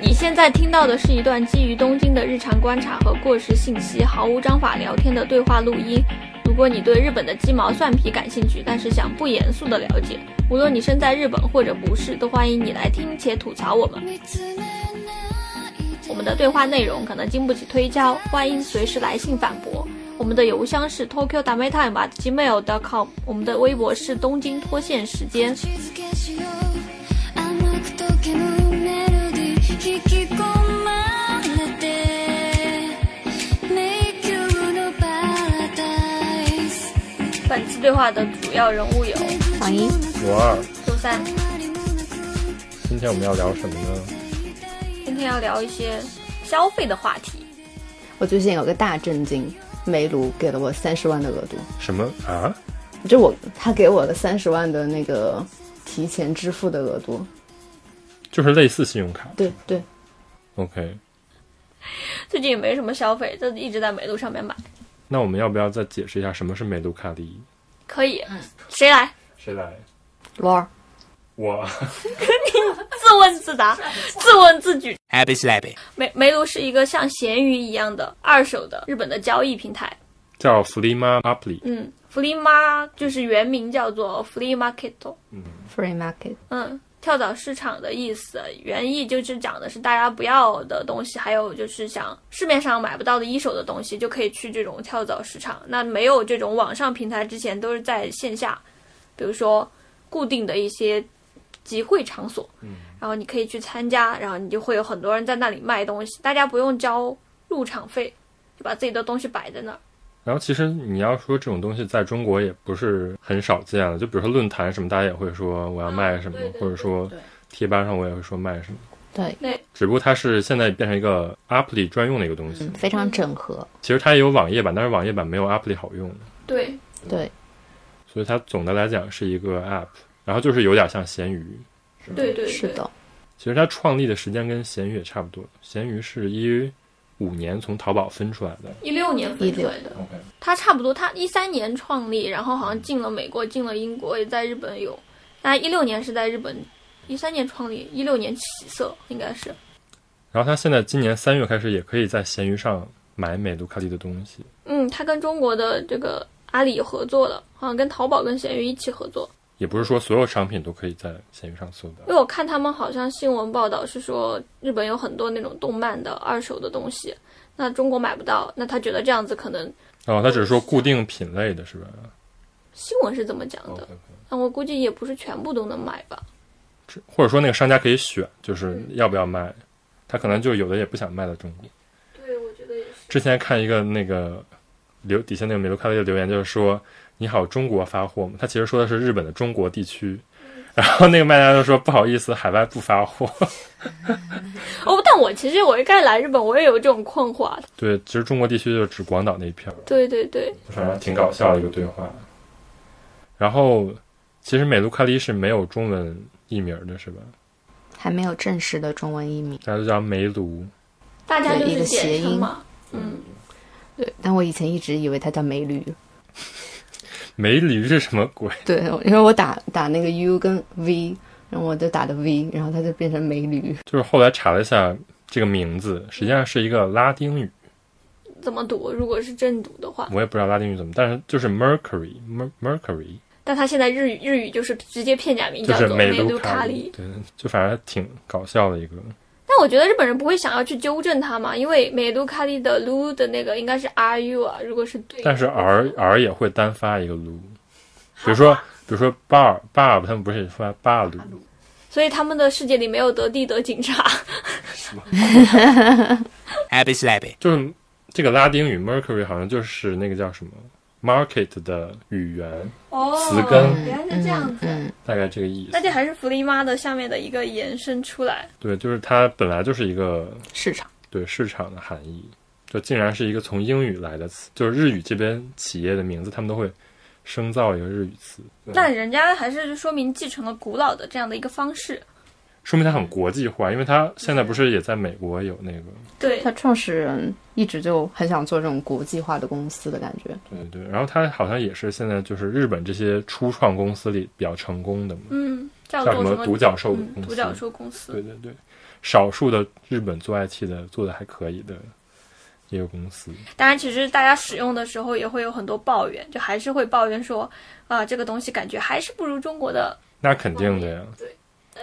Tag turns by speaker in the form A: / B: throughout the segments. A: 你现在听到的是一段基于东京的日常观察和过时信息，毫无章法聊天的对话录音。如果你对日本的鸡毛蒜皮感兴趣，但是想不严肃的了解，无论你身在日本或者不是，都欢迎你来听且吐槽我们。我们的对话内容可能经不起推敲，欢迎随时来信反驳。我们的邮箱是 tokyo d a m e t i m e gmail.com，我们的微博是东京脱线时间。本次对话的主要人物有
B: 榜一、
C: 五二，
A: 周三。
C: 今天我们要聊什么呢？
A: 今天要聊一些消费的话题。
B: 我最近有个大震惊，煤炉给了我三十万的额度，
C: 什么啊？
B: 就我他给我的三十万的那个提前支付的额度。
C: 就是类似信用卡。
B: 对对，
C: OK，
A: 最近也没什么消费，就一直在美路上面买。
C: 那我们要不要再解释一下什么是美卢卡利？
A: 可以，谁来？
C: 谁来？
B: 罗儿，
C: 我
A: 自问自答，自问自举。
D: Happy slappy.
A: 梅梅卢是一个像闲鱼一样的二手的日本的交易平台。
C: 叫弗利玛 u p l y
A: 嗯，flea ma 就是原名叫做 flea market，
B: Free Market，
A: 嗯，跳蚤市场的意思，原意就是讲的是大家不要的东西，还有就是想市面上买不到的一手的东西，就可以去这种跳蚤市场。那没有这种网上平台之前，都是在线下，比如说固定的一些集会场所，然后你可以去参加，然后你就会有很多人在那里卖东西，大家不用交入场费，就把自己的东西摆在那儿。
C: 然后其实你要说这种东西在中国也不是很少见了，就比如说论坛什么，大家也会说我要卖什么，
A: 对对
C: 或者说
B: 啊对
C: 贴吧上我也会说卖什么。
B: 对，
C: 只不过它是现在变成一个 u p l y 专用的一个东西。
B: 嗯，非常整合。
C: 其实它也有网页版，但是网页版没有 u p l y 好用，
A: 对，
B: 对，
C: 所以它总的来讲是一个 App，然后就是有点像闲鱼。
A: 对对
B: 是的，
C: 其实它创立的时间跟闲鱼也差不多，闲鱼是一五年从淘宝分出来的。
A: 一六年分出来的。
C: OK，
A: 他差不多，他一三年创立，然后好像进了美国，进了英国，也在日本有。那一六年是在日本，一三年创立，一六年起色应该是。
C: 然后它现在今年三月开始也可以在闲鱼上买美卢卡利的东西。
A: 嗯，他跟中国的这个阿里合作了，好像跟淘宝跟闲鱼一起合作。
C: 也不是说所有商品都可以在闲鱼上搜
A: 因
C: 到。
A: 为我看他们好像新闻报道是说，日本有很多那种动漫的二手的东西，那中国买不到，那他觉得这样子可能
C: 哦，它只是说固定品类的是吧？
A: 新闻是这么讲
C: 哦
A: 的，但我估计也不是全部都能买吧。
C: 这或者说那个商家可以选，就是要不要卖，他可能就有的也不想卖到中国。
A: 对，我觉得也是。
C: 之前看一个那个留底下那个美卢咖啡的留言，就是说“你好，中国发货吗？”他其实说的是日本的中国地区， 然后那个卖家就说：“不好意思，海外不发货。
A: 哦，但我其实我一开始来日本，我也有这种困惑。”啊
C: 对，其实中国地区就是指广岛那一片儿，
A: 对对对，
C: 反正挺搞笑的一个对话。然后其实美卢咖喱是没有中文译名儿的，是吧？
B: 还没有正式的中文译名。
C: 大家都叫梅卢。
A: 大家就
B: 对一
A: 是
B: 个
A: 简
B: 谐
A: 称
B: 音
A: 嘛。嗯，
B: 对，但我以前一直以为它叫梅驴。
C: 梅驴是什么鬼？
B: 对，因为我打打那个 U 跟 V，然后我就打的 V，然后它就变成梅驴。
C: 就是后来查了一下这个名字，实际上是一个拉丁语，
A: 怎么读？如果是正读的话，
C: 我也不知道拉丁语怎么，但是就是 Mercury Mer Mercury，
A: 但他现在日语日语就是直接片假名
C: 就
A: 叫
C: 是
A: 做
C: 美
A: 卢
C: 卡
A: 里。
C: 对，就反正挺搞笑的一个。
A: 但我觉得日本人不会想要去纠正他嘛，因为美卢卡里的卢的那个应该是 R U 啊，如果是对，
C: 但是 R R 也会单发一个卢，比如说比如说 bar bar，他们不是也发 bar 卢，
A: 所以他们的世界里没有德地德警 察。
D: Happy slappy.
C: 就是这个拉丁语 Mercury 好像就是那个叫什么 market 的语言，
A: 哦
C: 词根
A: 原来是这样子。
B: 嗯，
C: 大概这个意
A: 那
C: 思。
A: 就还是弗利妈的下面的一个延伸出来，
C: 对，就是它本来就是一个
B: 市场。
C: 对市场的含义，这竟然是一个从英语来的词，就是日语这边企业的名字，他们都会生造一个日语词，
A: 那人家还是说明继承了古老的这样的一个方式。
C: 说明它很国际化，因为它现在不是也在美国有那个，
A: 对
B: 它，创始人一直就很想做这种国际化的公司的感觉。
C: 对对对，然后它好像也是现在就是日本这些初创公司里比较成功的嘛，
A: 嗯，叫
C: 叫
A: 做
C: 什
A: 么
C: 么独角兽的
A: 嗯
C: 公司，
A: 独角兽公司。
C: 对对对，少数的日本做 IT 的做的还可以的一个公司，
A: 当然，其实大家使用的时候也会有很多抱怨，就还是会抱怨说，啊、这个东西感觉还是不如中国的
C: 那肯定的呀。
A: 呃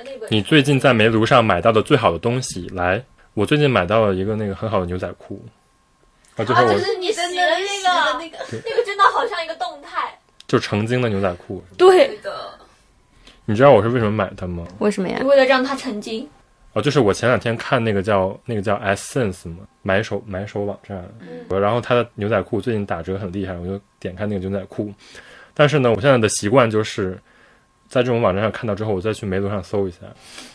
A: 那个
C: 你最近在煤炉上买到的最好的东西，来，我最近买到了一个那个很好的牛仔裤，啊，就是我
A: 是你洗的那个，那个真的好像一个动态。
C: 就成精的牛仔裤，
A: 对，
C: 你知道我是为什么买它吗？
B: 为什么呀？
A: 为了让它沉浸，
C: 哦，就是我前两天看那个叫那个叫 Essence 嘛，买手买手网站，然后它的牛仔裤最近打折很厉害，我就点开那个牛仔裤。但是呢，我现在的习惯就是在这种网站上看到之后，我再去梅卢上搜一下。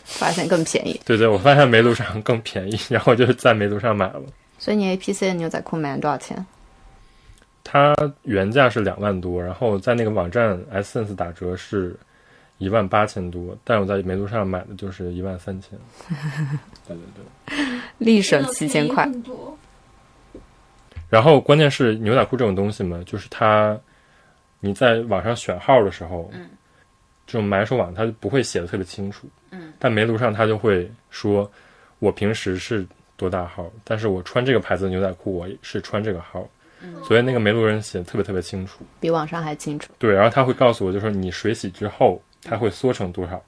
B: 发现更便宜，
C: 对对，我发现梅卢上更便宜，然后我就在梅卢上买了。
B: 所以你 APC 的牛仔裤买了多少钱？
C: 它原价是两万多，然后在那个网站 Essence 打折是一万八千多，但我在梅卢上买的就是一万三千。对对对。
B: 立省七千块
A: 真，的便宜很多。
C: 然后关键是牛仔裤这种东西嘛，就是它你在网上选号的时候，嗯，这种买手网它不会写的特别清楚，嗯，但梅卢上它就会说，我平时是多大号，但是我穿这个牌子的牛仔裤，我是穿这个号，嗯，所以那个梅卢人写的特别特别清楚，
B: 比网上还清楚。
C: 对，然后他会告诉我，就是你水洗之后它会缩成多少，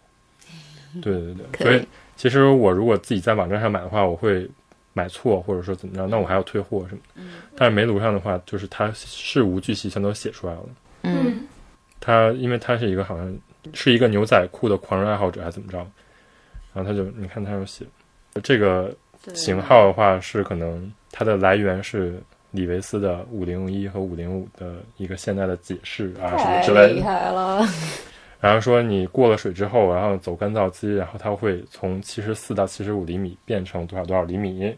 C: 对对对，所
B: 可
C: 嗯以
B: 以，
C: 其实我如果自己在网站上买的话，我会买错或者说怎么样，那我还要退货什么的。但是梅卢上的话，就是它事无巨细全都写出来了。
B: 嗯，
A: 嗯，
C: 它因为它是一个好像是一个牛仔裤的狂热爱好者还是怎么着，然后他就你看他有写这个型号的话是可能它的来源是李维斯的五零一和五零五的一个现代的解释啊什么之类的。
B: 害了，
C: 然后说你过了水之后，然后走干燥机，然后它会从七十四到七十五厘米变成多少多少厘米，然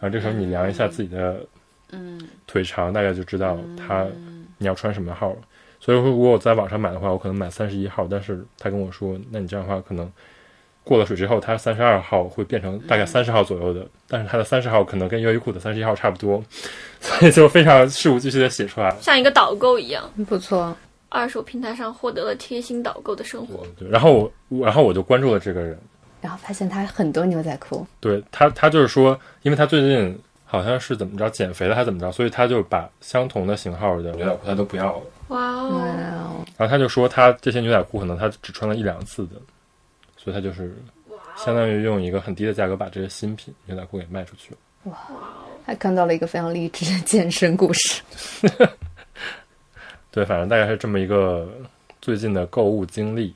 C: 后这时候你量一下自己的
E: 嗯，
C: 腿长，大概就知道它你要穿什么号了。所以说，如果我在网上买的话，我可能买三十一号，但是他跟我说，那你这样的话可能过了水之后，它三十二号会变成大概三十号左右的，但是它的三十号可能跟优衣库的三十一号差不多，所以就非常事无巨细的写出来了。
A: 像一个导购一样，
B: 不错，
A: 二手平台上获得了贴心导购的生活。
C: 对，然后我然后我就关注了这个人。
B: 然后发现他很多牛仔裤，
C: 对他，他就是说，因为他最近好像是怎么着减肥了，还怎么着，所以他就把相同的型号的牛仔裤他都不要了。
A: 哇
B: 哇
A: 哦，
B: 哦，
C: 然后他就说，他这些牛仔裤可能他只穿了一两次的，所以他就是
B: 哦
C: 相当于用一个很低的价格把这些新品牛仔裤给卖出去了。
B: 还看到了一个非常励志的健身故事。
C: 对，反正大概是这么一个最近的购物经历。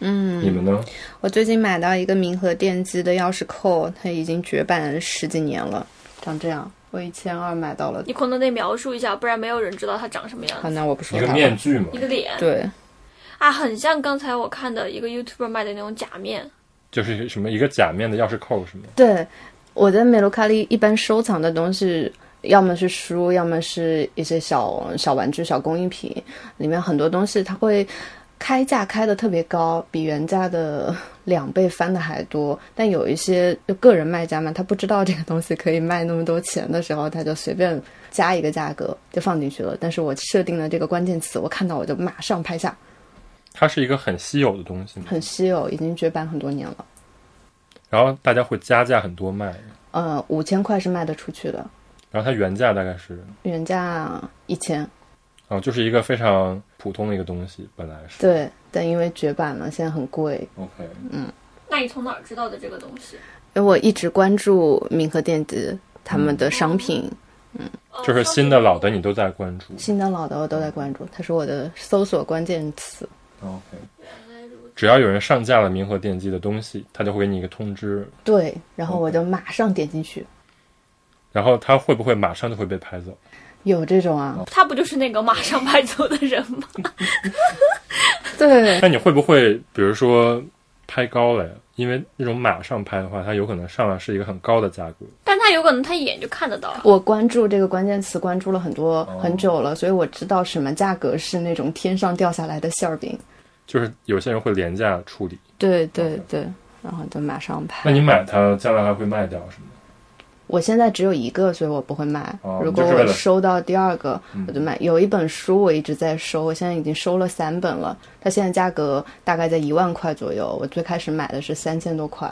B: 嗯，
C: 你们呢？
B: 我最近买到一个明和电机的钥匙扣，它已经绝版十几年了，长这样。我一千二买到了，
A: 你可能得描述一下，不然没有人知道它长什么样
B: 好，
A: 子。
B: 那我不说
C: 一
B: 它
C: 个
B: 了。
C: 面具嘛
A: 一，个脸
B: 对，
A: 啊，很像刚才我看的一个 YouTuber 卖的那种假面，
C: 就是什么一个假面的钥匙扣什么。
B: 对，我在美卢卡利一般收藏的东西，要么是书，要么是一些小小玩具、小工艺品，里面很多东西它会开价开的特别高，比原价的两倍翻的还多。但有一些就个人卖家嘛，他不知道这个东西可以卖那么多钱的时候，他就随便加一个价格就放进去了。但是我设定了这个关键词，我看到我就马上拍下，
C: 它是一个很稀有的东西嘛，
B: 很稀有，已经绝版很多年了。
C: 然后大家会加价很多卖，
B: 呃，五千块是卖得出去的，
C: 然后它原价大概是
B: 原价一千。
C: 啊，就是一个非常普通的一个东西，本来是。
B: 对，但因为绝版了，现在很贵。
C: OK，
A: 那你从哪儿知道的这个东西？
B: 因为我一直关注明和电子他们的商品，
A: 哦
C: 就是新的、老的你都在关注。
B: 新的老的我都在关注，它是我的搜索关键词。
C: OK，只要有人上架了明和电机的东西，它就会给你一个通知，
B: 对，然后
C: OK
B: 我就马上点进去。
C: 然后它会不会马上就会被拍走？
B: 有这种
C: 哦
B: 啊？
A: 他不就是那个马上拍走的人吗？
B: 对，
C: 那你会不会比如说拍高了呀？因为那种马上拍的话，它有可能上来是一个很高的价格。
A: 但他有可能他一眼就看得到啊。
B: 我关注这个关键词关注了很多很久了，所以我知道什么价格是那种天上掉下来的馅儿饼。
C: 就是有些人会廉价处理，
B: 对对对，然后就马上拍
C: 那。你买它，将来还会卖掉什么？
B: 我现在只有一个，所以我不会买。
C: 哦
B: 如果
C: 你就是为
B: 我
C: 了
B: 收到第二个，
C: 嗯
B: 我就买。有一本书我一直在收，我现在已经收了三本了，它现在价格大概在一万块左右。我最开始买的是三千多块。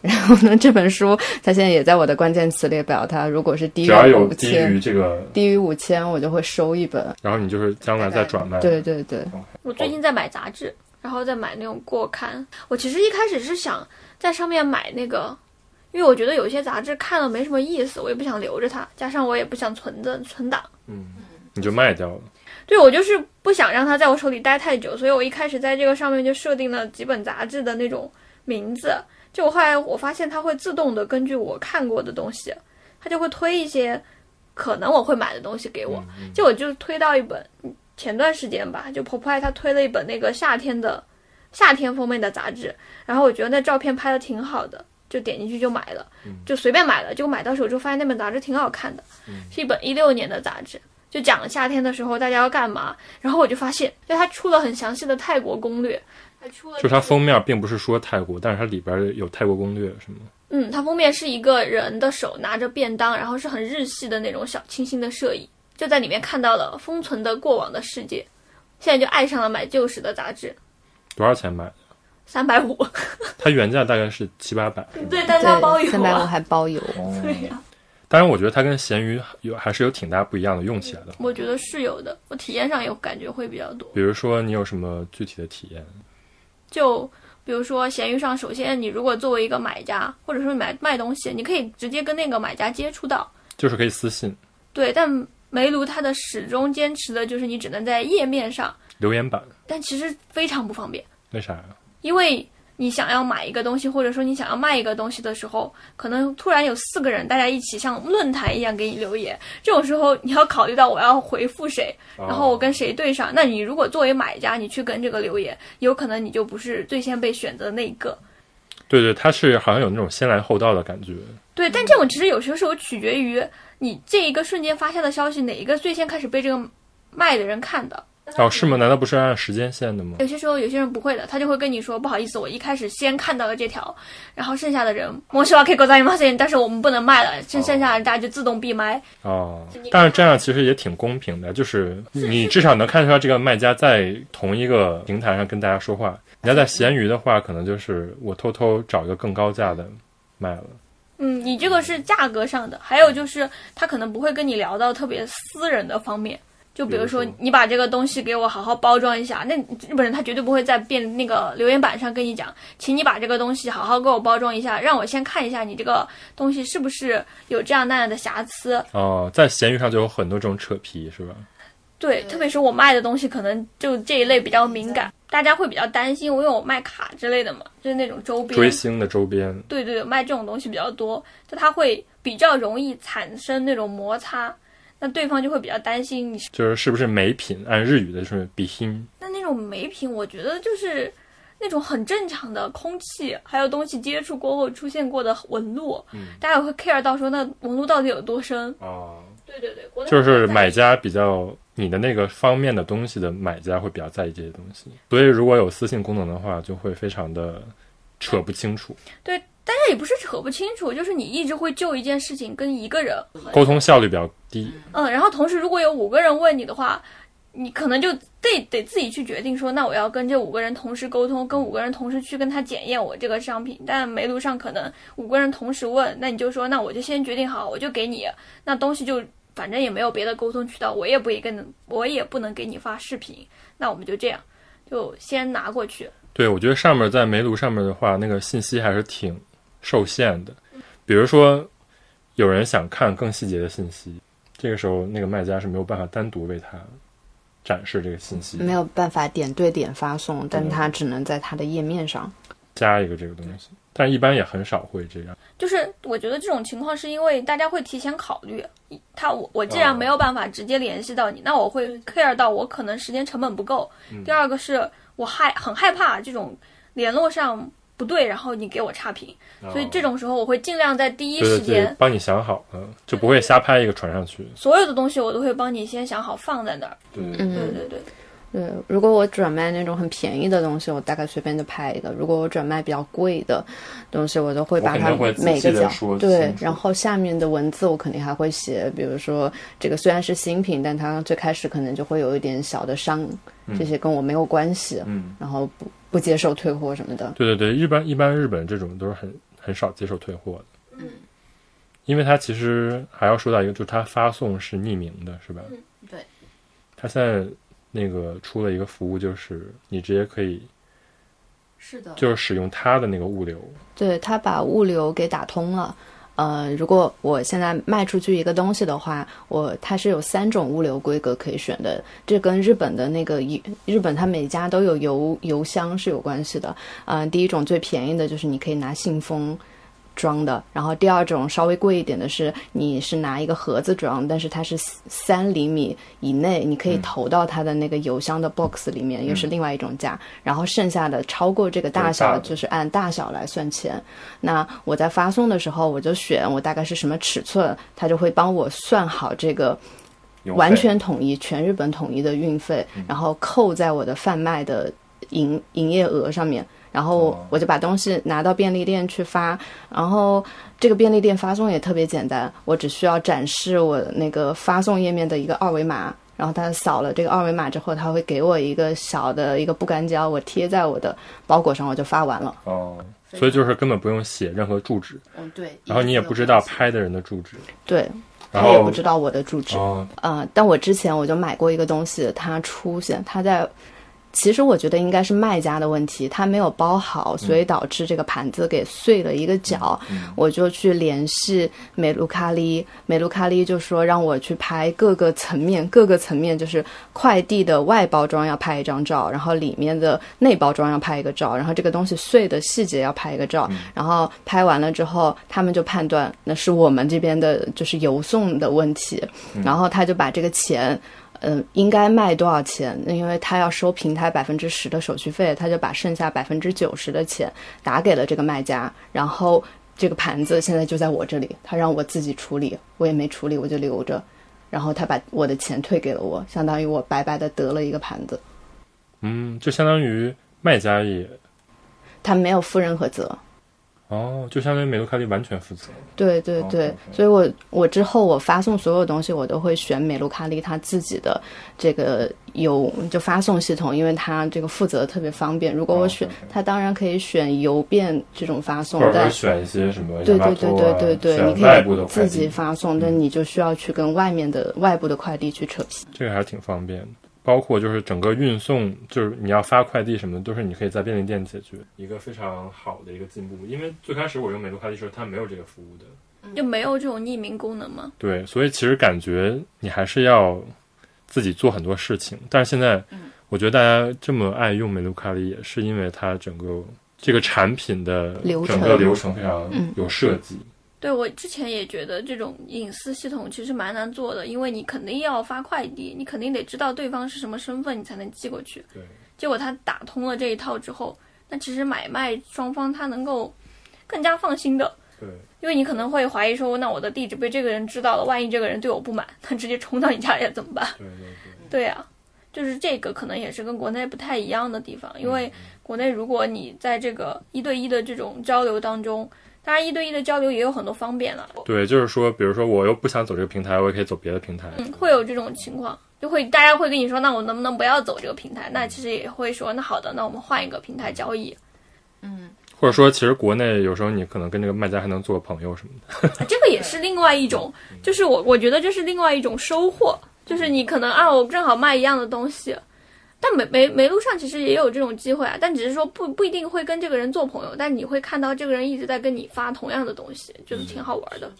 B: 然后呢，这本书它现在也在我的关键词列表，它如果是低于
C: 只要有
B: 五
C: 低于
B: 千，
C: 这个，
B: 低于五千我就会收一本。
C: 然后你就是将来再转卖。
B: 哎对对对，
A: 我最近在买杂志，然后再买那种过刊。我其实一开始是想在上面买那个，因为我觉得有些杂志看了没什么意思，我也不想留着它，加上我也不想存着存档。
C: 你就卖掉了。
A: 对我就是不想让它在我手里待太久，所以我一开始在这个上面就设定了几本杂志的那种名字。就我后来我发现它会自动的根据我看过的东西，它就会推一些可能我会买的东西给我。
C: 嗯
A: 就我就推到一本前段时间吧，就 Popeye 他推了一本那个夏天的夏天封面的杂志，然后我觉得那照片拍的挺好的，就点进去就买了，
C: 嗯
A: 就随便买了。结果买到手之后发现那本杂志挺好看的，
C: 嗯
A: 是一本一六年的杂志。就讲了夏天的时候大家要干嘛，然后我就发现，就他出了很详细的泰国攻略，还出了
C: 就是它封面并不是说泰国，但是它里边有泰国攻略，是吗？
A: 嗯，它封面是一个人的手拿着便当，然后是很日系的那种小清新的摄影，就在里面看到了封存的过往的世界，现在就爱上了买旧时的杂志，
C: 多少钱买的？
A: 三百 五，
C: 它原价大概是七八百。
A: 对，但是它包
B: 对，
A: 邮
B: 三百五
A: 啊，
B: 还包邮。
A: 对呀、
C: 当然，我觉得它跟闲鱼有还是有挺大不一样的，用起来的。
A: 我觉得是有的，我体验上也感觉会比较多，
C: 比如说，你有什么具体的体验？
A: 就。比如说，闲鱼上，首先你如果作为一个买家，或者说你买卖东西，你可以直接跟那个买家接触到，
C: 就是可以私信、
A: 对。但煤炉它的始终坚持的就是你只能在页面上，
C: 留言板，
A: 但其实非常不方便。
C: 为啥啊呀？
A: 因为你想要买一个东西，或者说你想要卖一个东西的时候，可能突然有四个人大家一起像论坛一样给你留言，这种时候你要考虑到我要回复谁，
C: 然
A: 然后我跟谁对上。那你如果作为买家，你去跟这个留言，有可能你就不是最先被选择的那一个。
C: 对对，它是好像有那种先来后到的感觉。
A: 对，但这种其实有时候是有取决于你这一个瞬间发下的消息，哪一个最先开始被这个卖的人看到。
C: 哦，是吗？难道不是按时间线的吗？
A: 有些时候有些人不会的，他就会跟你说不好意思，我一开始先看到了这条，然后剩下的人我是 OK 狗仔 i m a 但是我们不能卖了，剩剩下的大家就自动闭麦。
C: 哦，但是这样其实也挺公平的，就是你至少能看出来这个卖家在同一个平台上跟大家说话。你要在闲鱼的话，可能就是我偷偷找一个更高价的卖了。
A: 嗯，你这个是价格上的，还有就是他可能不会跟你聊到特别私人的方面，就比如说
C: 比如说
A: 你把这个东西给我好好包装一下，那日本人他绝对不会在变那个留言板上跟你讲，请你把这个东西好好给我包装一下，让我先看一下你这个东西是不是有这样那样的瑕疵。
C: 哦，在闲鱼上就有很多这种扯皮，是吧？
A: 对，特别是我卖的东西，可能就这一类比较敏感，大家会比较担心。我有卖卡之类的嘛，就是那种周边，
C: 追星的周边，
A: 对对对，卖这种东西比较多，就它会比较容易产生那种摩擦，那对方就会比较担心你是。
C: 就是是不是美品？按日语的就是比心。
A: 那那种美品，我觉得就是那种很正常的空气，还有东西接触过后出现过的纹路，
C: 嗯
A: 大家也会 care 到说那纹路到底有多深。
C: 哦，
A: 对对对，国内
C: 就是
A: 买
C: 买家比较你的那个方面的东西的买家会比较在意这些东西，所以如果有私信功能的话，就会非常的扯不清楚，
A: 对，但是也不是扯不清楚，就是你一直会就一件事情跟一个人
C: 沟通效率比较低。
A: 嗯，然后同时如果有五个人问你的话，你可能就得得自己去决定说，那我要跟这五个人同时沟通，跟五个人同时去跟他检验我这个商品。但梅毒上可能五个人同时问，那你就说，那我就先决定好，我就给你，那东西就反正也没有别的沟通渠道，我也不会跟，我也不能给你发视频，那我们就这样，就先拿过去。
C: 对，我觉得上面在梅毒上面的话，那个信息还是挺受限的。比如说，有人想看更细节的信息，这个时候那个卖家是没有办法单独为他展示这个信息的，
B: 没有办法点对点发送，
C: 嗯
B: 但它只能在它的页面上。
C: 加一个这个东西，但一般也很少会这样。
A: 就是我觉得这种情况是因为大家会提前考虑，他我我既
C: 啊
A: 然没有办法直接联系到你，那我会 care 到我可能时间成本不够。
C: 嗯
A: 第二个是我害很害怕这种联络上不对，然后你给我差评，所
C: 啊
A: 以这种时候我会尽量在第一
C: 哦对
A: 时
C: 对对
A: 间，，
C: 帮你想好了，就不会瞎拍一个传上去。
A: 所有的东西我都会帮你先想好放在那儿。
C: 对，
A: 对
B: 嗯，
A: 对对，
B: 对，如果我转卖那种很便宜的东西，我大概随便就拍一个；如果我转卖比较贵的东西，我都会把它
C: 我肯定会
B: 每
C: 仔细
B: 个
C: 地
B: 角
C: 说
B: 对
C: 清，楚
B: 然后下面的文字我肯定还会写，比如说这个虽然是新品，但它最开始可能就会有一点小的伤，这些跟我没有关系，
C: 嗯，
B: 然后不不接受退货什么的。
C: 对对对，一般一般日本这种都是很很少接受退货的，嗯，因为它其实还要说到一个，就是它发送是匿名的，是吧？
B: 嗯
E: 对，
C: 它现在那个出了一个服务，就是你直接可以
E: 是的，
C: 就是使用它的那个物流，
B: 对他把物流给打通了。呃，如果我现在卖出去一个东西的话，我它是有三种物流规格可以选的，这跟日本的那个邮日本它每家都有邮邮箱是有关系的。啊、第一种最便宜的就是你可以拿信封装的，然后第二种稍微贵一点的是你是拿一个盒子装，但是它是三三厘米以内，你可以投到它的那个邮箱的 box 里面，又是另外一种价。然后剩下的超过这个大
C: 大
B: 小，
C: 的
B: 就是按大小来算钱。那我在发送的时候，我就选我大概是什么尺寸，它就会帮我算好这个
C: 邮费嗯
B: 完全统一，全日本统一的运费，然后扣在我的贩卖的营营业额上面，然后
C: 哦
B: 我就把东西拿到便利店去发，然后这个便利店发送也特别简单，我只需要展示我那个发送页面的一个二维码。然后他扫了这个二维码之后，他会给我一个小的一个不干胶，我贴在我的包裹上，我就发完了。
C: 哦，所以就是根本不用写任何住址，
E: 嗯对，
C: 然后你也不知道拍的人的住址，
B: 对，
C: 然
B: 他也
C: 后
B: 不知道我的住址。
C: 哦，
B: 呃，但我之前我就买过一个东西，它出现它在，其实我觉得应该是卖家的问题，它没有包好，所以导致这个盘子给碎了一个角。嗯我就去联系美露卡利，美露卡利就说让我去拍各个层面，各个层面就是快递的外包装要拍一张照，然后里面的内包装要拍一个照，然后这个东西碎的细节要拍一个照，然后拍完了之后，他们就判断那是我们这边的就是邮送的问题，然后他就把这个钱。嗯，应该卖多少钱？那因为他要收平台百分之十的手续费，他就把剩下百分之九十的钱打给了这个卖家，然后这个盘子现在就在我这里，他让我自己处理，我也没处理，我就留着，然后他把我的钱退给了我，相当于我白白的得了一个盘子，
C: 嗯，就相当于卖家也
B: 他没有负任何责。
C: 哦，就相当于美杜卡利完全负责，
B: 对对对，
C: 哦，OK
B: 所以我我之后我发送所有东西，我都会选美露卡利他自己的这个邮就发送系统，因为它这个负责特别方便。如果我
C: 哦
B: 选，
C: ，OK，OK
B: 它当然可以选邮便这种发送
C: 或，者
B: 但
C: 说选一些什么
B: 对
C: 亚
B: 对
C: 马
B: 对
C: 逊啊，
B: 对对对，你可
C: 选外部的
B: 以
C: 快
B: 自
C: 递
B: 己，发送，但
C: 嗯
B: 你就需要去跟外面的外部的快递去扯皮。
C: 这个还是挺方便的。包括就是整个运送，就是你要发快递什么的，都是你可以在便利店解决，一个非常好的一个进步。因为最开始我用美杜卡利的时候，它没有这个服务的，
A: 就没有这种匿名功能吗？
C: 对，所以其实感觉你还是要自己做很多事情，但是现在
B: 嗯
C: 我觉得大家这么爱用美露卡里，也是因为它整个这个产品的
B: 流
C: 整个
B: 程嗯
C: 流程非常有设计。
A: 对我之前也觉得这种隐私系统其实蛮难做的，因为你肯定要发快递，你肯定得知道对方是什么身份，你才能寄过去。
C: 对，
A: 结果他打通了这一套之后，那其实买卖双方他能够更加放心的，
C: 对，
A: 因为你可能会怀疑说，那我的地址被这个人知道了，万一这个人对我不满， 他直接冲到你家里来怎么办？
C: 对，对，对，
A: 对啊，就是这个可能也是跟国内不太一样的地方，
C: 嗯
A: 因为国内如果你在这个一对一的这种交流当中，当然一对一的交流也有很多方便了，
C: 对，就是说，比如说我又不想走这个平台，我也可以走别的平台。
A: 嗯，会有这种情况，就会大家会跟你说，那我能不能不要走这个平台？那其实也会说，那好的，那我们换一个平台交易，
C: 或者说，其实国内有时候你可能跟这个卖家还能做个朋友什么的。
A: 啊 这个也是另外一种，就是我我觉得这是另外一种收获，就是你可能啊，我正好卖一样的东西。但没没没路上其实也有这种机会啊，但只是说不不一定会跟这个人做朋友，但你会看到这个人一直在跟你发同样的东西，觉得挺好玩的。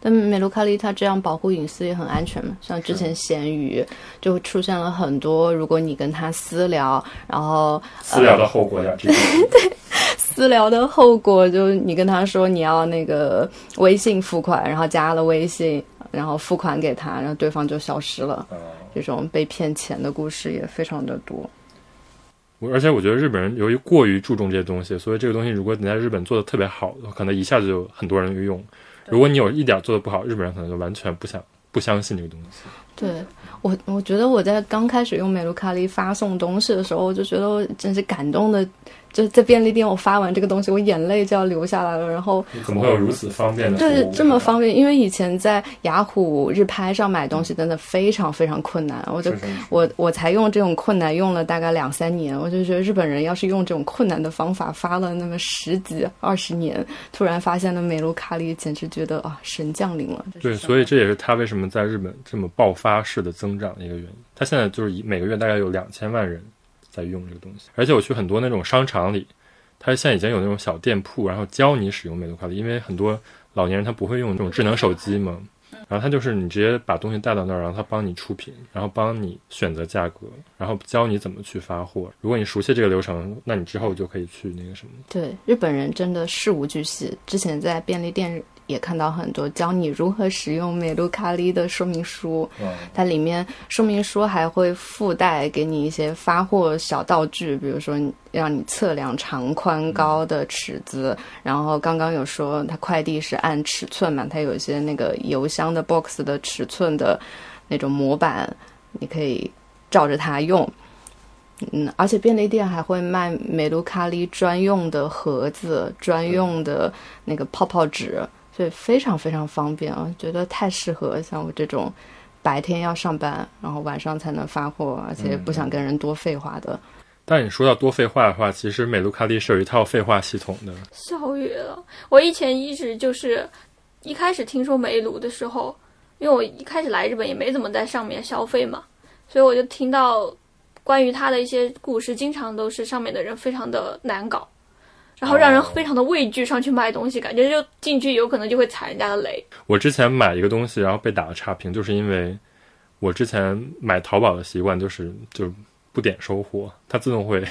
B: 但美露卡利它这样保护隐私也很安全嘛，像之前闲鱼就出现了很多，如果你跟他私聊，然后
C: 私聊的后果呀，这个
B: 私聊的后果就是你跟他说你要那个微信付款，然后加了微信，然后付款给他，然后对方就消失了。这种被骗钱的故事也非常的多。
C: 我而且我觉得日本人由于过于注重这些东西，所以这个东西如果你在日本做的特别好，可能一下子就很多人用；如果你有一点做的不好，日本人可能就完全不想不相信这个东西。
B: 对我，我觉得我在刚开始用美卢卡利发送东西的时候，我就觉得我真是感动的，就是在便利店我发完这个东西，我眼泪就要流下来了。然后
C: 怎么会有如此方便的？
B: 对，这么方便，因为以前在雅虎日拍上买东西真的非常非常困难，我就
C: 便？
B: 我我才用这种困难用了大概两三年，我就觉得日本人要是用这种困难的方法发了那么十几二十年，突然发现了美卢卡利，简直觉得啊神降临了。
C: 对，所以这也是他为什么在日本这么爆发式的增长的一个原因。他现在就是以每个月大概有两千万人在用这个东西，而且我去很多那种商场里，他现在已经有那种小店铺，然后教你使用美图快递，因为很多老年人他不会用这种智能手机嘛，然后他就是你直接把东西带到那儿，然后他帮你出品，然后帮你选择价格，然后教你怎么去发货。如果你熟悉这个流程，那你之后就可以去那个什么。
B: 对，日本人真的事无巨细。之前在便利店也看到很多教你如何使用美露卡利的说明书，它里面说明书还会附带给你一些发货小道具，比如说让你测量长宽高的尺子，然后刚刚有说它快递是按尺寸嘛，它有一些那个邮箱的 box 的尺寸的那种模板，你可以照着它用。嗯，而且便利店还会卖美露卡利专用的盒子、专用的那个泡泡纸，所以非常非常方便啊！觉得太适合像我这种白天要上班，然后晚上才能发货，而且不
C: 嗯
B: 想跟人多废话的。
C: 但你说到多废话的话，其实美图快递是有一套废话系统的。
A: 笑晕了。我以前一直就是一开始听说煤炉的时候，因为我一开始来日本也没怎么在上面消费嘛，所以我就听到关于它的一些故事，经常都是上面的人非常的难搞，然后让人
C: 哦
A: 非常的畏惧上去卖东西，感觉就进去有可能就会踩人家的雷。
C: 我之前买一个东西，然后被打了差评，就是因为我之前买淘宝的习惯就是就是不点收货，它自动会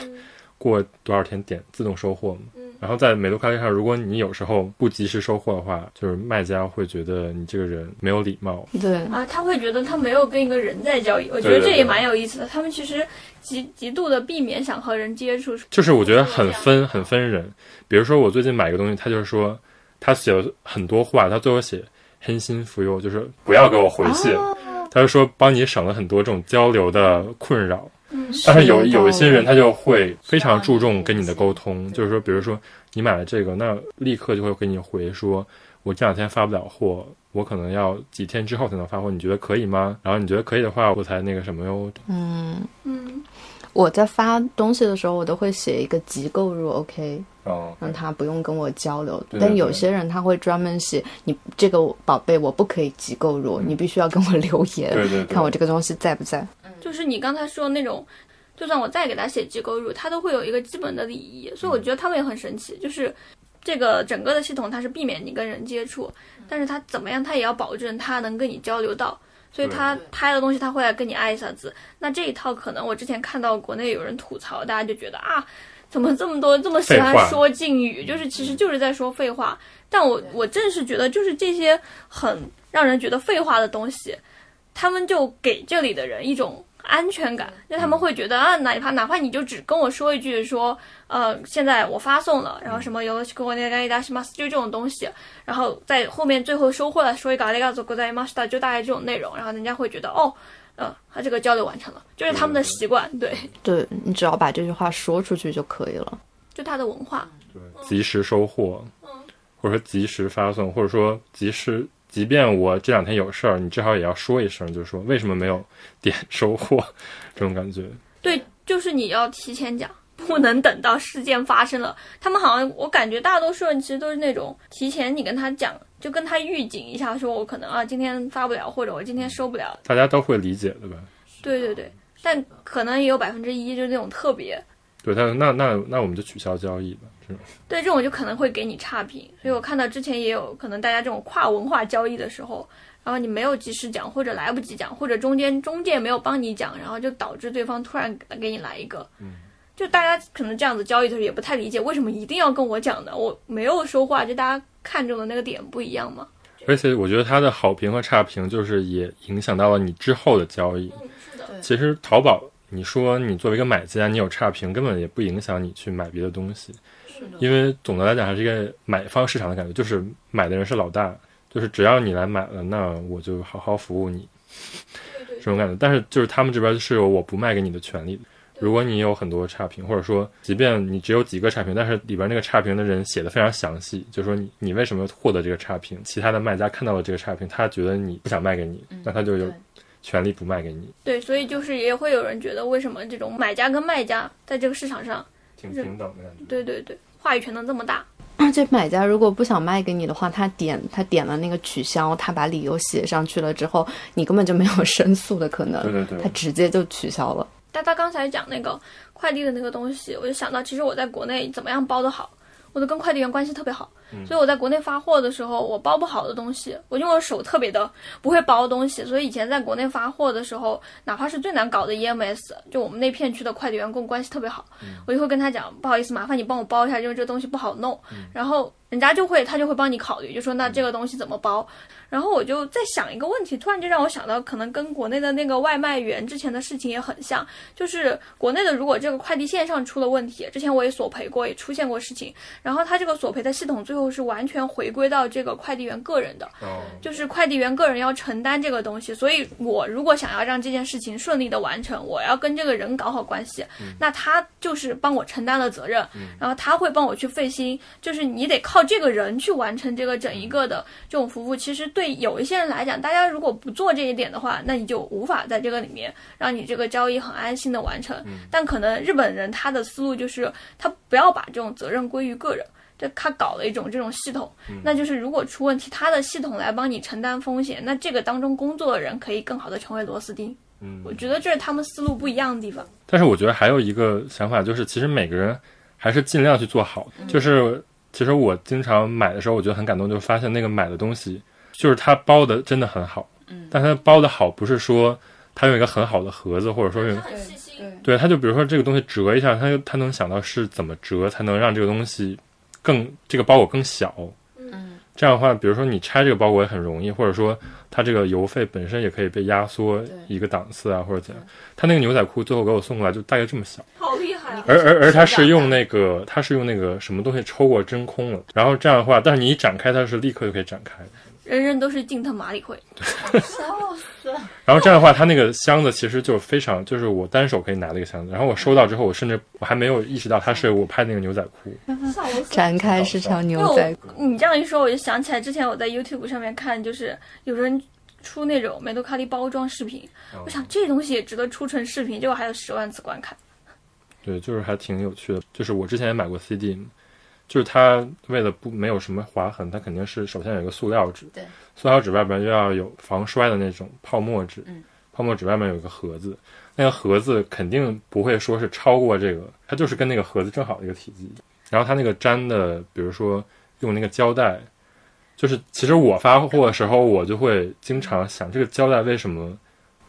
C: 过多少天点自动收货嘛。然后在美图快递上，如果你有时候不及时收货的话，就是卖家会觉得你这个人没有礼貌。
B: 对，
A: 啊，他会觉得他没有跟一个人在交易，我觉
C: 对
A: 得
C: 对
A: 这也
C: 对
A: 蛮有意思的。他们其实极极度的避免想和人接触，
C: 就是我觉得很分很分人。比如说我最近买一个东西，他就是说他写了很多话，他最后写很心服用，就是不要给我回信。他就说帮你省了很多这种交流的困扰。
A: 嗯
C: 但是有有一些人，他就会非常注
B: 嗯
C: 重跟你的沟通，就是说，比如说你买了这个，那立刻就会给你回说，我这两天发不了货，我可能要几天之后才能发货，你觉得可以吗？然后你觉得可以的话，我才那个什么哟。
A: 嗯，
B: 我在发东西的时候，我都会写一个急购入 OK，
C: 哦
B: 让嗯他不用跟我交流。
C: 对
B: 但
C: 对
B: 有
C: 对
B: 些人他会专门写你这个宝贝，我不可以急购入，
C: 嗯
B: 你必须要跟我留言，
C: 对对对
B: 看我这个东西在不在。
A: 就是你刚才说的那种，就算我再给他写机构入，他都会有一个基本的礼仪，所以我觉得他们也很神奇，就是。这个整个的系统，它是避免你跟人接触，但是它怎么样，它也要保证它能跟你交流到，所以
C: 对
A: 它拍的东西，它会来跟你挨一下子。那这一套可能我之前看到国内有人吐槽，大家就觉得啊，怎么这么多这么喜欢
C: 废话
A: 说敬语，就是其实就是在说废话。但我我正是觉得，就是这些很让人觉得废话的东西，他们就给这里的人一种安全感，就他们会觉得啊，哪怕哪怕你就只跟我说一句说，呃，现在我发送了，然后什么有给我那个达西马斯，就这种东西，然后在后面最后收获了说一个阿里嘎多ございました，就大概这种内容，然后人家会觉得哦，呃，他这个交流完成了，就是他们的习惯，对，
B: 对你只要把这句话说出去就可以了。
A: 就他的文化，
C: 及时收货，
B: 嗯
C: 或者说及时发送，或者说及时，即便我这两天有事儿，你至少也要说一声，就是说为什么没有 点收货，这种感觉。
A: 对，就是你要提前讲，不能等到事件发生了。他们好像我感觉大多数人其实都是那种提前你跟他讲，就跟他预警一下，说我可能啊今天发不了，或者我今天收不了。
C: 大家都会理解的吧？
A: 对对对，但可能也有百分之一就是那种特别。
C: 对，他那那那我们就取消交易吧，这种
A: 对这种就可能会给你差评，所以我看到之前也有可能大家这种跨文化交易的时候，然后你没有及时讲，或者来不及讲，或者中间中介没有帮你讲，然后就导致对方突然给你来一个，就大家可能这样子交易的时候也不太理解为什么一定要跟我讲呢？我没有说话，就大家看中的那个点不一样嘛。
C: 而且我觉得他的好评和差评，就是也影响到了你之后的交易。
A: 嗯是的，
C: 其实淘宝，你说你作为一个买家，你有差评，根本也不影响你去买别的东西。因为总的来讲还是一个买方市场的感觉，就是买的人是老大，就是只要你来买了，那我就好好服务你，这种感觉。但是就是他们这边是有我不卖给你的权利的。如果你有很多差评，或者说即便你只有几个差评，但是里边那个差评的人写的非常详细，就说你你为什么获得这个差评，其他的卖家看到了这个差评，他觉得你不想卖给你，那他就有
B: 对
C: 权利不卖给你，
A: 对，所以就是也会有人觉得，为什么这种买家跟卖家在这个市场上，
C: 挺
A: 是
C: 平等的感觉。
A: 对对对，话语权能这么大？
B: 这买家如果不想卖给你的话，他点他点了那个取消，他把理由写上去了之后，你根本就没 有申诉的可能，
C: 对对对
B: 他直接就取消了。
A: 但他刚才讲那个快递的那个东西，我就想到，其实我在国内怎么样包的好，我都跟快递员关系特别好，所以我在国内发货的时候，我包不好的东西，我因为我手特别的不会包东西，所以以前在国内发货的时候，哪怕是最难搞的 EMS，就我们那片区的快递员跟我关系特别好，我就会跟他讲，不好意思，麻烦你帮我包一下，因为这个东西不好弄，然后人家就会他就会帮你考虑，就说那这个东西怎么包，然后我就在想一个问题，突然就让我想到，可能跟国内的那个外卖员之前的事情也很像，就是国内的，如果这个快递线上出了问题，之前我也索赔过，也出现过事情。然后它这个索赔的系统最后是完全回归到这个快递员个人的，
C: 哦，
A: 就是快递员个人要承担这个东西。所以我如果想要让这件事情顺利的完成，我要跟这个人搞好关系，那他就是帮我承担了责任，然后他会帮我去费心，就是你得靠这个人去完成这个整一个的这种服务。其实对有一些人来讲，大家如果不做这一点的话，那你就无法在这个里面让你这个交易很安心的完成。但可能日本人他的思路就是他不要把这种责任归于个人。这他搞了一种这种系统，那就是如果出问题，他的系统来帮你承担风险，那这个当中工作的人可以更好的成为螺丝钉。
C: 嗯
A: 我觉得这是他们思路不一样的地方。
C: 但是我觉得还有一个想法就是，其实每个人还是尽量去做好。
A: 嗯
C: 就是其实我经常买的时候，我觉得很感动，就是发现那个买的东西，就是他包的真的很好。嗯，但他包的好不是说他有一个很好的盒子，或者说有
A: 很细
B: 对
A: 心，
C: 对，他就比如说这个东西折一下，他就他能想到是怎么折才能让这个东西更这个包裹更小。
B: 嗯，
C: 这样的话，比如说你拆这个包裹也很容易，或者说它这个邮费本身也可以被压缩一个档次啊，或者怎样。他那个牛仔裤最后给我送过来就大概这么小。
A: 好厉害、啊！
C: 而而而它是用那个，它是用那个什么东西抽过真空了，然后这样的话，但是你一展开，它是立刻就可以展开的。
A: 人人都是近藤麻里惠，
C: 然后这样的话，它那个箱子其实就是非常，就是我单手可以拿的一个箱子。然后我收到之后，我甚至我还没有意识到它是我拍那个牛仔裤。
A: 笑死！
B: 展开是条牛仔裤，
A: 你这样一说，我就想起来之前我在 YouTube 上面看，就是有人出那种美杜卡利包装视频，我想这东西也值得出成视频，结果还有十万次观看。
C: 对，就是还挺有趣的。就是我之前也买过 CD，嘛就是它为了不没有什么划痕，它肯定是首先有一个塑料纸，
E: 对，
C: 塑料纸外边又要有防摔的那种泡沫纸，泡沫纸外面有一个盒子，那个盒子肯定不会说是超过这个，它就是跟那个盒子正好的一个体积。然后它那个粘的，比如说用那个胶带，就是其实我发货的时候，我就会经常想，这个胶带为什么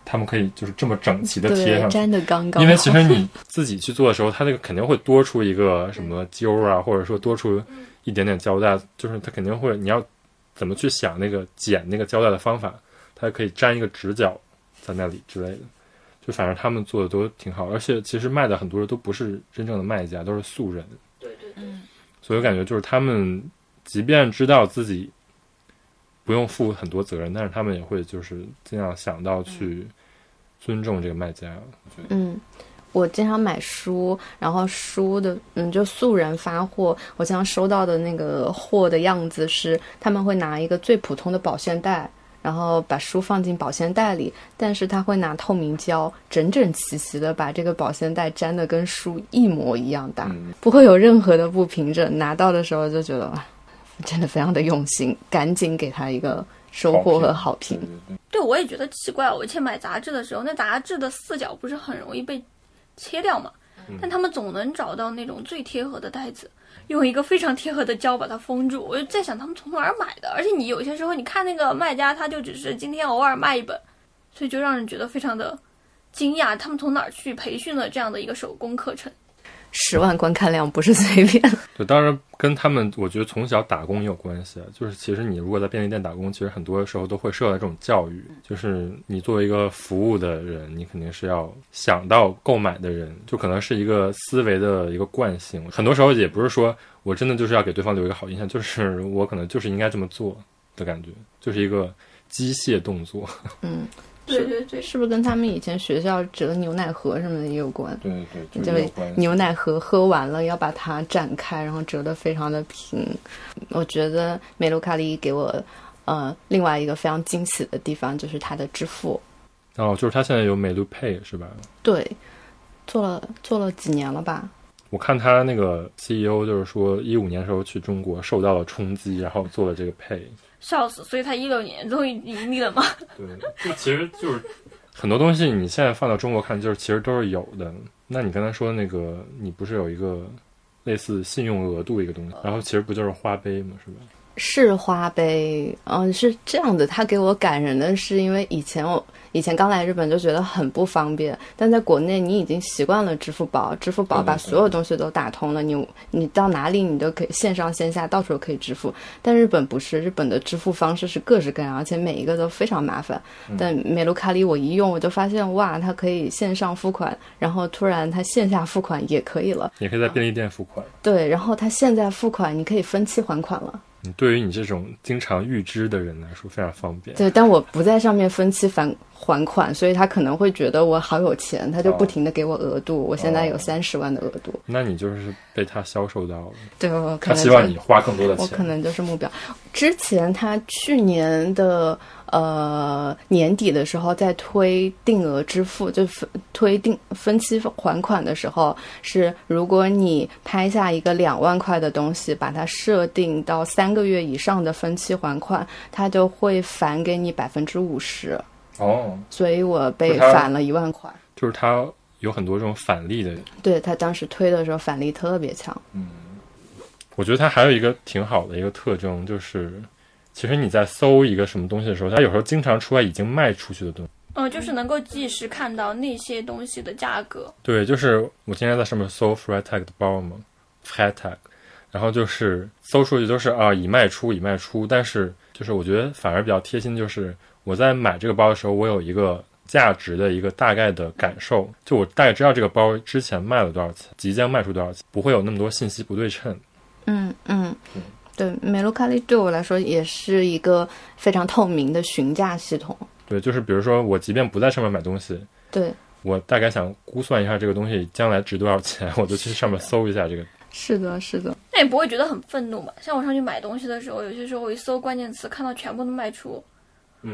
C: 他们可以就是这么整齐的贴
B: 对，
C: 上去？
B: 粘的刚刚好。
C: 因为其 实你自己去做的时候，它那个肯定会多出一个什么揪儿啊，或者说多出一点点胶带，就是它肯定会，你要怎么去想那个剪那个胶带的方法，它可以粘一个直角在那里之类的。就反正他们做的都挺好，而且其实卖的很多人都不是真正的卖家，都是素人，
A: 对对对，
C: 所以我感觉就是他们即便知道自己不用负很多责任，但是他们也会就是尽量想到去尊重这个卖家。
B: 嗯，我经常买书，然后书的嗯，就素人发货，我经常收到的那个货的样子是，他们会拿一个最普通的保鲜袋。然后把书放进保鲜袋里，但是他会拿透明胶整整齐齐的把这个保鲜袋粘的跟书一模一样大，不会有任何的不平整。拿到的时候就觉得哇，真的非常的用心，赶紧给他一个收获和好评。
A: 对我也觉得奇怪。我以前买杂志的时候，那杂志的四角不是很容易被切掉嘛？但他们总能找到那种最贴合的袋子，用一个非常贴合的胶把它封住。我就在想他们从哪儿买的，而且你有些时候你看那个卖家，他就只是今天偶尔卖一本，所以就让人觉得非常的惊讶，他们从哪儿去培训了这样的一个手工课程？
B: 十万观看量不是随便
C: 对，当然跟他们，我觉得从小打工也有关系啊。就是其实你如果在便利店打工，其实很多时候都会受到这种教育，
B: 嗯
C: 就是你作为一个服务的人，你肯定是要想到购买的人，就可能是一个思维的一个惯性。很多时候也不是说我真的就是要给对方留一个好印象，就是我可能就是应该这么做。的感觉，就是一个机械动作。
B: 嗯
A: 对对对，
B: 是不是跟他们以前学校折牛奶盒什么的也有关？
C: 对对对，
B: 就
C: 没
B: 是
C: 有关系。
B: 牛奶盒喝完了要把它展开，然后折得非常的平。我觉得美露卡利给我呃另外一个非常惊喜的地方就是它的支付，
C: 然后哦就是他现在有美露 Pay 是吧？
B: 对，做了做了几年了吧？
C: 我看他那个 CEO 就是说，一五年时候去中国受到了冲击，然后做了这个 Pay。
A: 笑死！所以他一六年终于盈利了 嘛？
C: 对，就其实就是很多东西，你现在放到中国看，就是其实都是有的。那你刚才说那个，你不是有一个类似信用额度一个
B: 嗯
C: 东西，然后其实不就是花呗吗？是吧？
B: 是花呗，嗯，是这样的。它给我感人的是，因为以前我以前刚来日本就觉得很不方便，但在国内你已经习惯了支付宝，支付宝
C: 对对
B: 把
C: 对
B: 所有东西都打通了，你你到哪里你都可以线上线下到处都可以支付。但日本不是，日本的支付方式是各式各样，而且每一个都非常麻烦。
C: 嗯
B: 但美卢卡里我一用，我就发现哇，它可以线上付款，然后突然它线下付款也可以了，
C: 也可以在便利店付款。
B: 对，然后它现在付款你可以分期还款了。
C: 你对于你这种经常预支的人来说非常方便。
B: 对，但我不在上面分期返还款，所以他可能会觉得我好有钱，他就不停的给我额度。我现在有
C: 哦
B: 三十万的额度，
C: 那你就是被他销售到了，
B: 对我可
C: 他
B: 能
C: 希
B: 就
C: 望你花更多的
B: 我可
C: 钱。
B: 能就是目标。之前他去年的呃年底的时候，在推定额支付，就分推定分期还款的时候，是如果你拍下一个两万块的东西，把它设定到三个月以上的分期还款，他就会返给你百分之五十。
C: 哦，
B: 所以我被
C: 就他
B: 返了一万块。
C: 就是他有很多这种返利的。
B: 对他当时推的时候返利特别强，
C: 我觉得它还有一个挺好的一个特征，就是其实你在搜一个什么东西的时候，它有时候经常出来已经卖出去的东西。
A: 嗯，就是能够即时看到那些东西的价格。
C: 对，就是我今天在上面搜 Freitag 的包嘛，Freitag，然后就是搜出去都是啊已卖出已卖出，但是就是我觉得反而比较贴心，就是我在买这个包的时候，我有一个价值的一个大概的感受，就我大概知道这个包之前卖了多少钱，即将卖出多少钱，不会有那么多信息不对称。
B: 嗯嗯，对，美露卡利对我来说也是一个非常透明的询价系统。
C: 对，就是比如说我即便不在上面买东西，
B: 对，
C: 我大概想估算一下这个东西将来值多少钱，我就去上面搜一下这个。
B: 是的，是的，
A: 那你不会觉得很愤怒吗？像我上去买东西的时候，有些时候我一搜关键词，看到全部都卖出，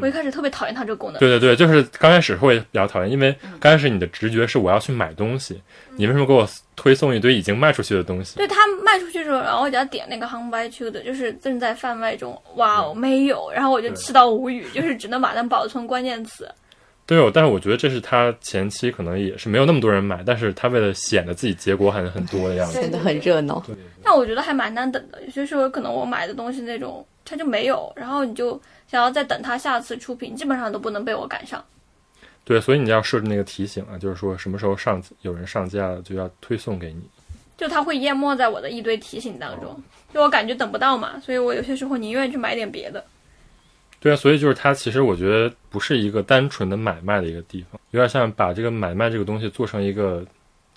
A: 我一开始特别讨厌它这个功能。
C: 嗯对对对，就是刚开始会比较讨厌，因为刚开始你的直觉是我要去买东西，你为什么给我推送一堆已经卖出去的东西？
A: 对它卖出去的时候，然后我给它点那个 “hung by to” 的，就是正在贩卖中。哇哦，没有，然后我就
C: 嗯对
A: 气到无语，就是只能把它保存关键词。
C: 对哦，但是我觉得这是他前期可能也是没有那么多人买，但是他为了显得自己结果还很多的样子。
A: 对
B: 真的很热闹。
A: 但我觉得还蛮难等的，有些时候可能我买的东西那种它就没有，然后你就想要再等它下次出品，基本上都不能被我赶上。
C: 对，所以你要设置那个提醒啊，就是说什么时候上有人上架了，就要推送给你。
A: 就它会淹没在我的一堆提醒当
C: 哦
A: 中，就我感觉等不到嘛，所以我有些时候宁愿去买点别的。
C: 对啊，所以就是它其实我觉得不是一个单纯的买卖的一个地方，有点像把这个买卖这个东西做成一个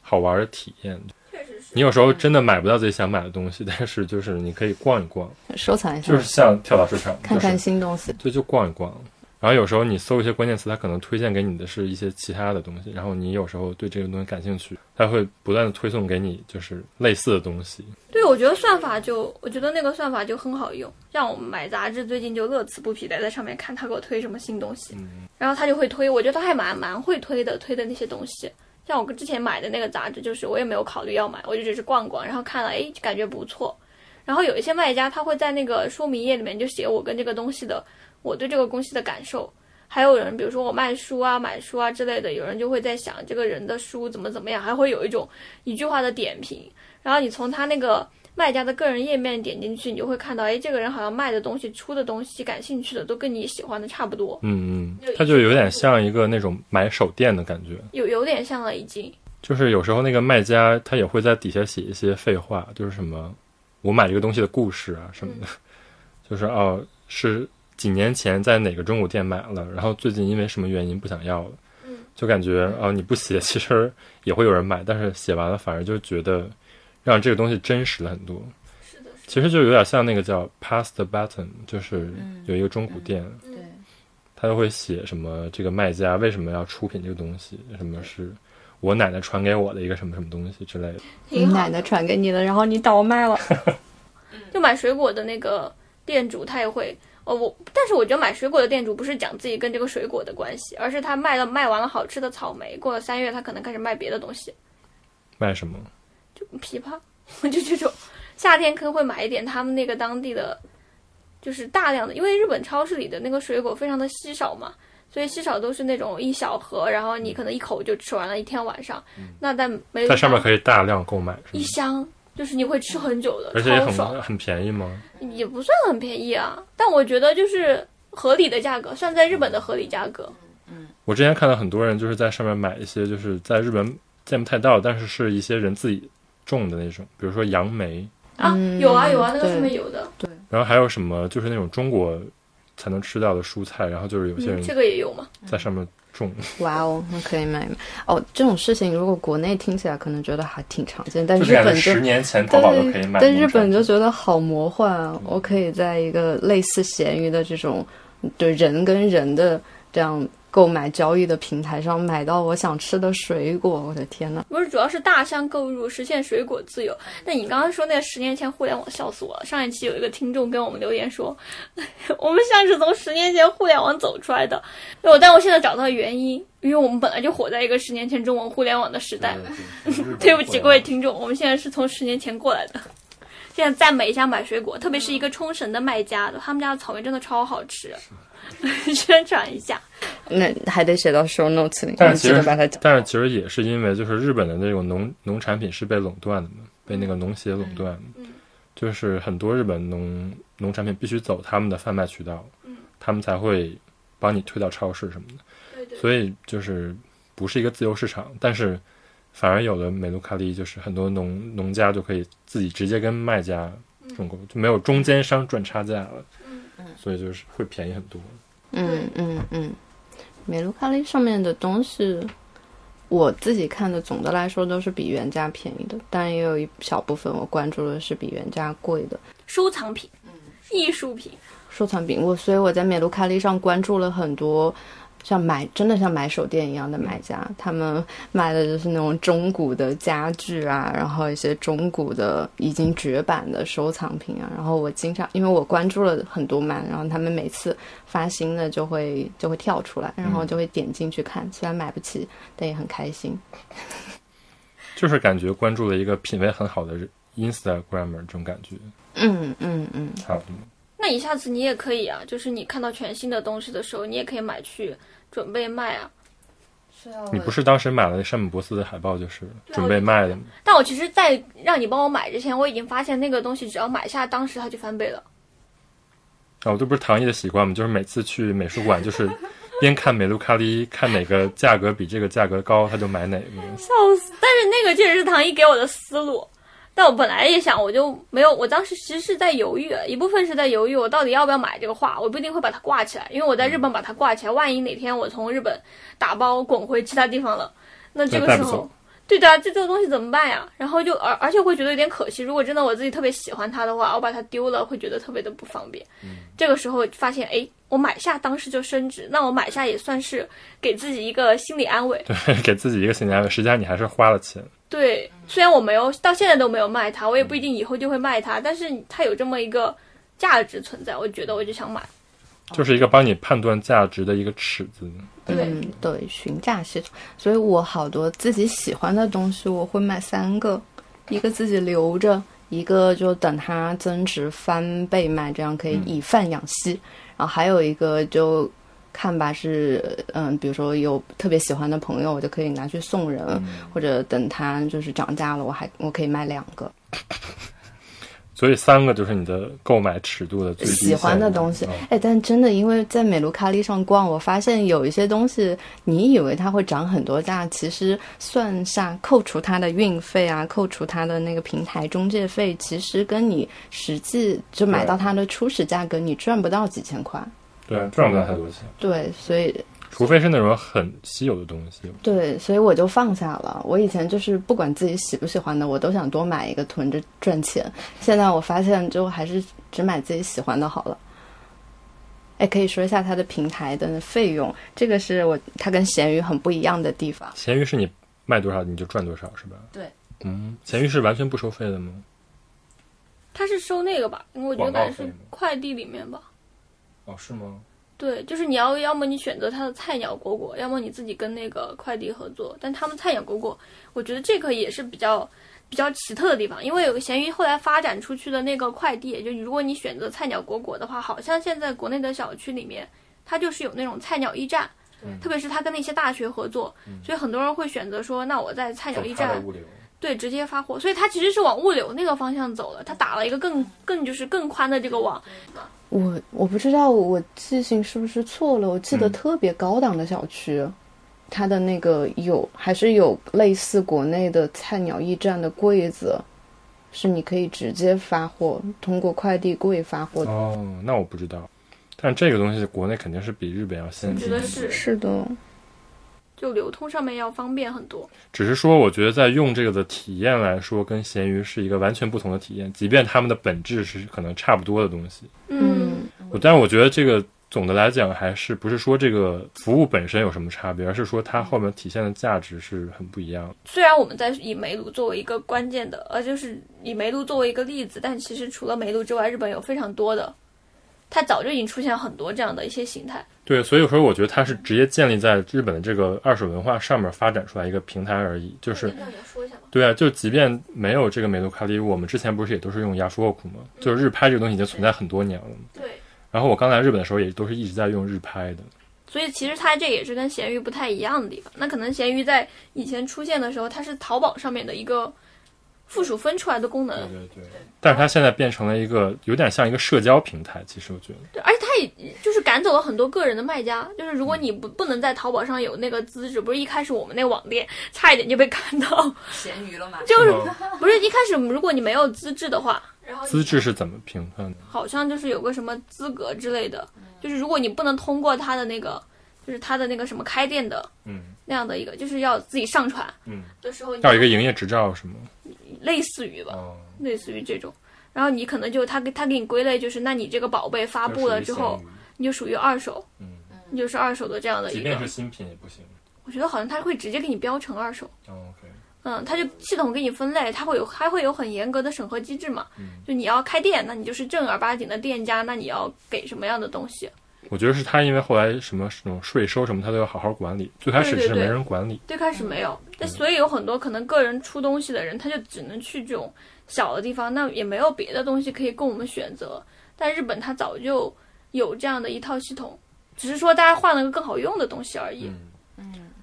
C: 好玩的体验。
A: 确实是
C: 你有时候真的买不到自己想买的东西， 但是就是你可以逛一逛，
B: 收藏一下，
C: 就是像跳蚤市场，
B: 看看
C: 就是
B: 新东西。
C: 对，就逛一逛。然后有时候你搜一些关键词，它可能推荐给你的是一些其他的东西，然后你有时候对这个东西感兴趣，它会不断的推送给你就是类似的东西。
A: 对，我觉得算法就，我觉得那个算法就很好用。像我们买杂志，最近就乐此不疲的在上面看他给我推什么新东西，然后他就会推，我觉得他还蛮蛮会推的，推的那些东西。像我之前买的那个杂志，就是我也没有考虑要买，我就只是逛逛，然后看了，哎，感觉不错。然后有一些卖家他会在那个说明页里面就写我跟这个东西的，我对这个东西的感受。还有人，比如说我卖书啊、买书啊之类的，有人就会在想这个人的书怎么怎么样，还会有一种一句话的点评。然后你从他那个卖家的个人页面点进去，你就会看到，哎，这个人好像卖的东西、出的东西、感兴趣的都跟你喜欢的差不多，
C: 嗯嗯，它就有点像一个那种买手店的感觉。
A: 有有点像了已经。
C: 就是有时候那个卖家他也会在底下写一些废话，就是什么我买这个东西的故事啊
A: 嗯
C: 什么的，就是哦是几年前在哪个中古店买了，然后最近因为什么原因不想要了，
A: 嗯
C: 就感觉哦你不写其实也会有人买，但是写完了反而就觉得让这个东西真实了很多。
A: 是的，
C: 其实就有点像那个叫 Pass the Button，就是有一个中古店，
A: 嗯
B: 对，
C: 他就会写什么这个卖家为什么要出品这个东西，什么是我奶奶传给我的一个什么什么东西之类的。
B: 你
A: 挺好
B: 奶奶传给你的，然后你倒卖了，
A: 嗯就买水果的那个店主，他也会哦，我但是我觉得买水果的店主不是讲自己跟这个水果的关系，而是他卖了卖完了好吃的草莓，过了三月他可能开始卖别的东西，
C: 卖什么？
A: 就枇杷，就这种。夏天可能会买一点他们那个当地的，就是大量的，因为日本超市里的那个水果非常的稀少嘛，所以稀少都是那种一小盒，然后你可能一口就吃完了一天晚上。那在梅
C: 嗯在上面
A: 以
C: 可以大量购买，是
A: 一
C: 吗？
A: 箱，就是你会吃很久的，
C: 而且也
A: 超爽。
C: 很很便宜吗？
A: 也不算很便宜啊，但我觉得就是合理的价格，算在日本的合理价格。
C: 我之前看到很多人就是在上面买一些就是在日本见不太到，但是是一些人自己种的那种，比如说杨梅，
A: 啊，
B: 嗯
A: 有啊有啊，那个
B: 对
A: 上面有的，
C: 然后还有什么就是那种中国才能吃到的蔬菜，然后就是有
A: 嗯，
C: 些人
A: 这个也有嘛。
C: 在上面种。
B: 哇哦，那可以买哦。这种事情如果国内听起来可能觉得还挺常见，但
C: 就
B: 日
C: 是感觉
B: 本就
C: 十年前淘
B: 但
C: 宝都可以买农产品，
B: 但日本就觉得好魔幻啊！我可以在一个类似闲鱼的这种对人跟人的这样购买交易的平台上买到我想吃的水果，我的天呐！
A: 不是，主要是大箱购入，实现水果自由。那你刚刚说那个十年前互联网，笑死我了。上一期有一个听众跟我们留言说， 我们像是从十年前互联网走出来的。我，但我现在找到原因，因为我们本来就活在一个十年前中文互联网的时代。 对不起各位听众，我们现在是从十年前过来的。现在赞美一下买水果，特别是一个冲绳的卖家的，他们家的草莓真的超好吃， 宣传一下。
B: 那还得写到 show notes 里，
C: 但
B: 你
C: 是其
B: 记得
C: 实
B: 把它讲。
C: 但是其实也是因为就是日本的那种农农产品是被垄断的嘛，被那个农协垄断的，
A: 嗯
C: 就是很多日本农农产品必须走他们的贩卖渠道，
A: 嗯
C: 他们才会帮你推到超市什么的，
A: 对对
C: 所以就是不是一个自由市场，但是反而有了美卢卡利，就是很多农农家就可以自己直接跟卖家
A: 嗯
C: 这种沟就没有中间商赚差价了，所以就是会便宜很多。
B: 嗯嗯嗯，美露卡利上面的东西，我自己看的总的来说都是比原价便宜的，但也有一小部分我关注的是比原价贵的。
A: 收藏品、艺术品，
B: 收藏品，我所以我在美卢卡利上关注了很多像买真的像买手店一样的买家，他们卖的就是那种中古的家具啊，然后一些中古的已经绝版的收藏品啊。然后我经常因为我关注了很多漫，然后他们每次发新的就会就会跳出来，然后就会点进去看，虽然买不起，但也很开心。
C: 就是感觉关注了一个品味很好的人 Instagramer 这种感觉，
B: 嗯嗯嗯，
C: 差不多。
A: 那你下次你也可以啊，就是你看到全新的东西的时候，你也可以买去准备卖啊。
B: 是啊
C: 你不是当时买了山本博斯的海报，就是
A: 对
C: 准备卖的吗？
A: 但我其实，在让你帮我买之前，我已经发现那个东西只要买下，当时它就翻倍了。
C: 啊，我这不是唐毅的习惯吗？就是每次去美术馆，就是边看美露卡利，看哪个价格比这个价格高，他就买哪个。
A: 笑死！但是那个确实是唐一给我的思路，但我本来也想，我就没有，我当时其实是在犹豫，一部分是在犹豫我到底要不要买这个画，我不一定会把它挂起来，因为我在日
C: 嗯
A: 本把它挂起来，万一哪天我从日本打包滚回其他地方了，那这个
C: 那带
A: 时
C: 不
A: 候
C: 走。
A: 对的啊，这这个东西怎么办呀？然后就而而且会觉得有点可惜，如果真的我自己特别喜欢它的话，我把它丢了会觉得特别的不方便。
C: 嗯
A: 这个时候发现，哎，我买下当时就升值，那我买下也算是给自己一个心理安慰。
C: 对，给自己一个心理安慰。实际上你还是花了钱，
A: 对，虽然我没有到现在都没有卖它，我也不一定以后就会卖它，但是它有这么一个价值存在，我觉得我就想买。
C: 就是一个帮你判断价值的一个尺子。
A: 对，
B: 嗯，对，询价系统。所以我好多自己喜欢的东西，我会买三个，一个自己留着，一个就等它增值翻倍卖，这样可以以贩养吸。然后还有一个就看吧是，嗯，比如说有特别喜欢的朋友，我就可以拿去送人，或者等它就是涨价了，我还我可以卖两个。
C: 所以三个就是你的购买尺度的最低
B: 喜欢的
C: 限
B: 东西
C: 嗯。
B: 哎，但真的因为在美卢卡利上逛，我发现有一些东西，你以为它会涨很多价，其实算下扣除它的运费啊，扣除它的那个平台中介费，其实跟你实际就买
C: 对
B: 到它的初始价格，你赚不到几千块。嗯
C: 对，赚不了太多钱。
B: 对，所以
C: 除非是那种很稀有的东西。
B: 对，所以我就放下了。我以前就是不管自己喜不喜欢的，我都想多买一个囤着赚钱。现在我发现，就还是只买自己喜欢的好了。哎，可以说一下它的平台的费用，这个是我它跟闲鱼很不一样的地方。
C: 闲鱼是你卖多少你就赚多少是吧？
E: 对。
C: 嗯，闲鱼是完全不收费的吗？
A: 他是收那个吧？我觉得
C: 广告
A: 感觉
C: 费
A: 是
C: 吗
A: 快递里面吧。
C: 哦，是吗？
A: 对，就是你要要么你选择它的菜鸟裹裹，要么你自己跟那个快递合作。但他们菜鸟裹裹，我觉得这个也是比较比较奇特的地方，因为有闲鱼后来发展出去的那个快递，就如果你选择菜鸟裹裹的话，好像现在国内的小区里面，它就是有那种菜鸟驿站，特别是它跟那些大学合作，所以很多人会选择说，那我在菜鸟驿站
C: 物流。
A: 对，直接发货，所以它其实是往物流那个方向走了，它打了一个更更就是更宽的这个网。
B: 我我不知道我记性是不是错了，我记得
C: 嗯
B: 特别高档的小区，它的那个有还是有类似国内的菜鸟驿站的柜子，是你可以直接发货，通过快递柜发货的。
C: 哦，那我不知道，但这个东西国内肯定是比日本要先进
A: 觉
C: 的
A: 得。是，
B: 是的，
A: 就流通上面要方便很多。
C: 只是说，我觉得在用这个的体验来说，跟闲鱼是一个完全不同的体验，即便他们的本质是可能差不多的东西。
A: 嗯，
C: 我但是我觉得这个总的来讲，还是不是说这个服务本身有什么差别，而是说它后面体现的价值是很不一样的。
A: 虽然我们在以煤炉作为一个关键的，呃，就是以煤炉作为一个例子，但其实除了煤炉之外，日本有非常多的，它早就已经出现很多这样的一些形态。
C: 对，所以有时候我觉得它是直接建立在日本的这个二手文化上面发展出来一个平台而已，就是
A: 那也说一下吧。
C: 对啊，就即便没有这个美杜卡利，我们之前不是也都是用 Yashoku 吗？就是日拍这个东西已经存在很多年了嘛。
A: 对，
C: 然后我刚来日本的时候也都是一直在用日拍的。
A: 所以其实它这也是跟闲鱼不太一样的地方。那可能闲鱼在以前出现的时候，它是淘宝上面的一个附属分出来的功能，
C: 对对。但是它现在变成了一个有点像一个社交平台，其实我觉得。
A: 对，而且他也就是赶走了很多个人的卖家，就是如果你不不能在淘宝上有那个资质，不是一开始我们那个网店差一点就被赶到，
E: 咸鱼了嘛？
A: 就是
C: 是 吗
A: 不是一开始如果你没有资质的话，然后
C: 资质是怎么评分的？
A: 好像就是有个什么资格之类的，
C: 嗯
A: 就是如果你不能通过他的那个，就是他的那个什么开店的
C: 嗯
A: 那样的一个，就是要自己上传
C: 嗯，
A: 的时候，
C: 要有一个营业执照是吗？
A: 类似于吧，
C: 哦，
A: 类似于这种。然后你可能就他给他给你归类，就是那你这个宝贝发布了之后，，你就属于二手，
C: 嗯，
A: 你就是二手的这样的一个。
C: 新品也不行。哦
A: 我觉得好像它会直接给你标成二手，
C: OK，
A: 嗯，它就系统给你分类，它会有还会有很严格的审核机制嘛
C: 嗯。
A: 就你要开店，那你就是正儿八经的店家，那你要给什么样的东西？
C: 我觉得是他，因为后来什么什么税收什么，他都要好好管理。最开始
A: 对对
C: 是没
A: 对
C: 人管理，
A: 最开始没
C: 嗯
A: 有，但所以有很多可能个人出东西的人，他就只能去这种小的地方，那也没有别的东西可以供我们选择。但日本它早就有这样的一套系统，只是说大家换了个更好用的东西而已。
C: 嗯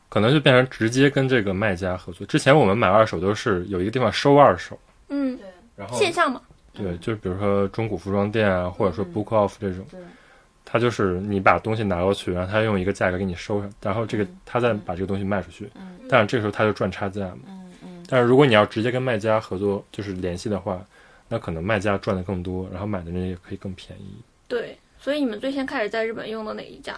C: 可能就变成直接跟这个卖家合作。之前我们买二手都是有一个地方收二手，
A: 嗯，
C: 然
A: 线上嘛，
C: 对，就是比如说中古服装店啊，或者说 Book Off 这种
B: 对，
C: 他就是你把东西拿过去，然后他用一个价格给你收上，然后这个他再把这个东西卖出去，但是这个时候他就赚差价嘛。
B: 嗯
C: 但是如果你要直接跟卖家合作，就是联系的话，那可能卖家赚的更多，然后买的人也可以更便宜。
A: 对。所以你们最先开始在日本用的哪一家？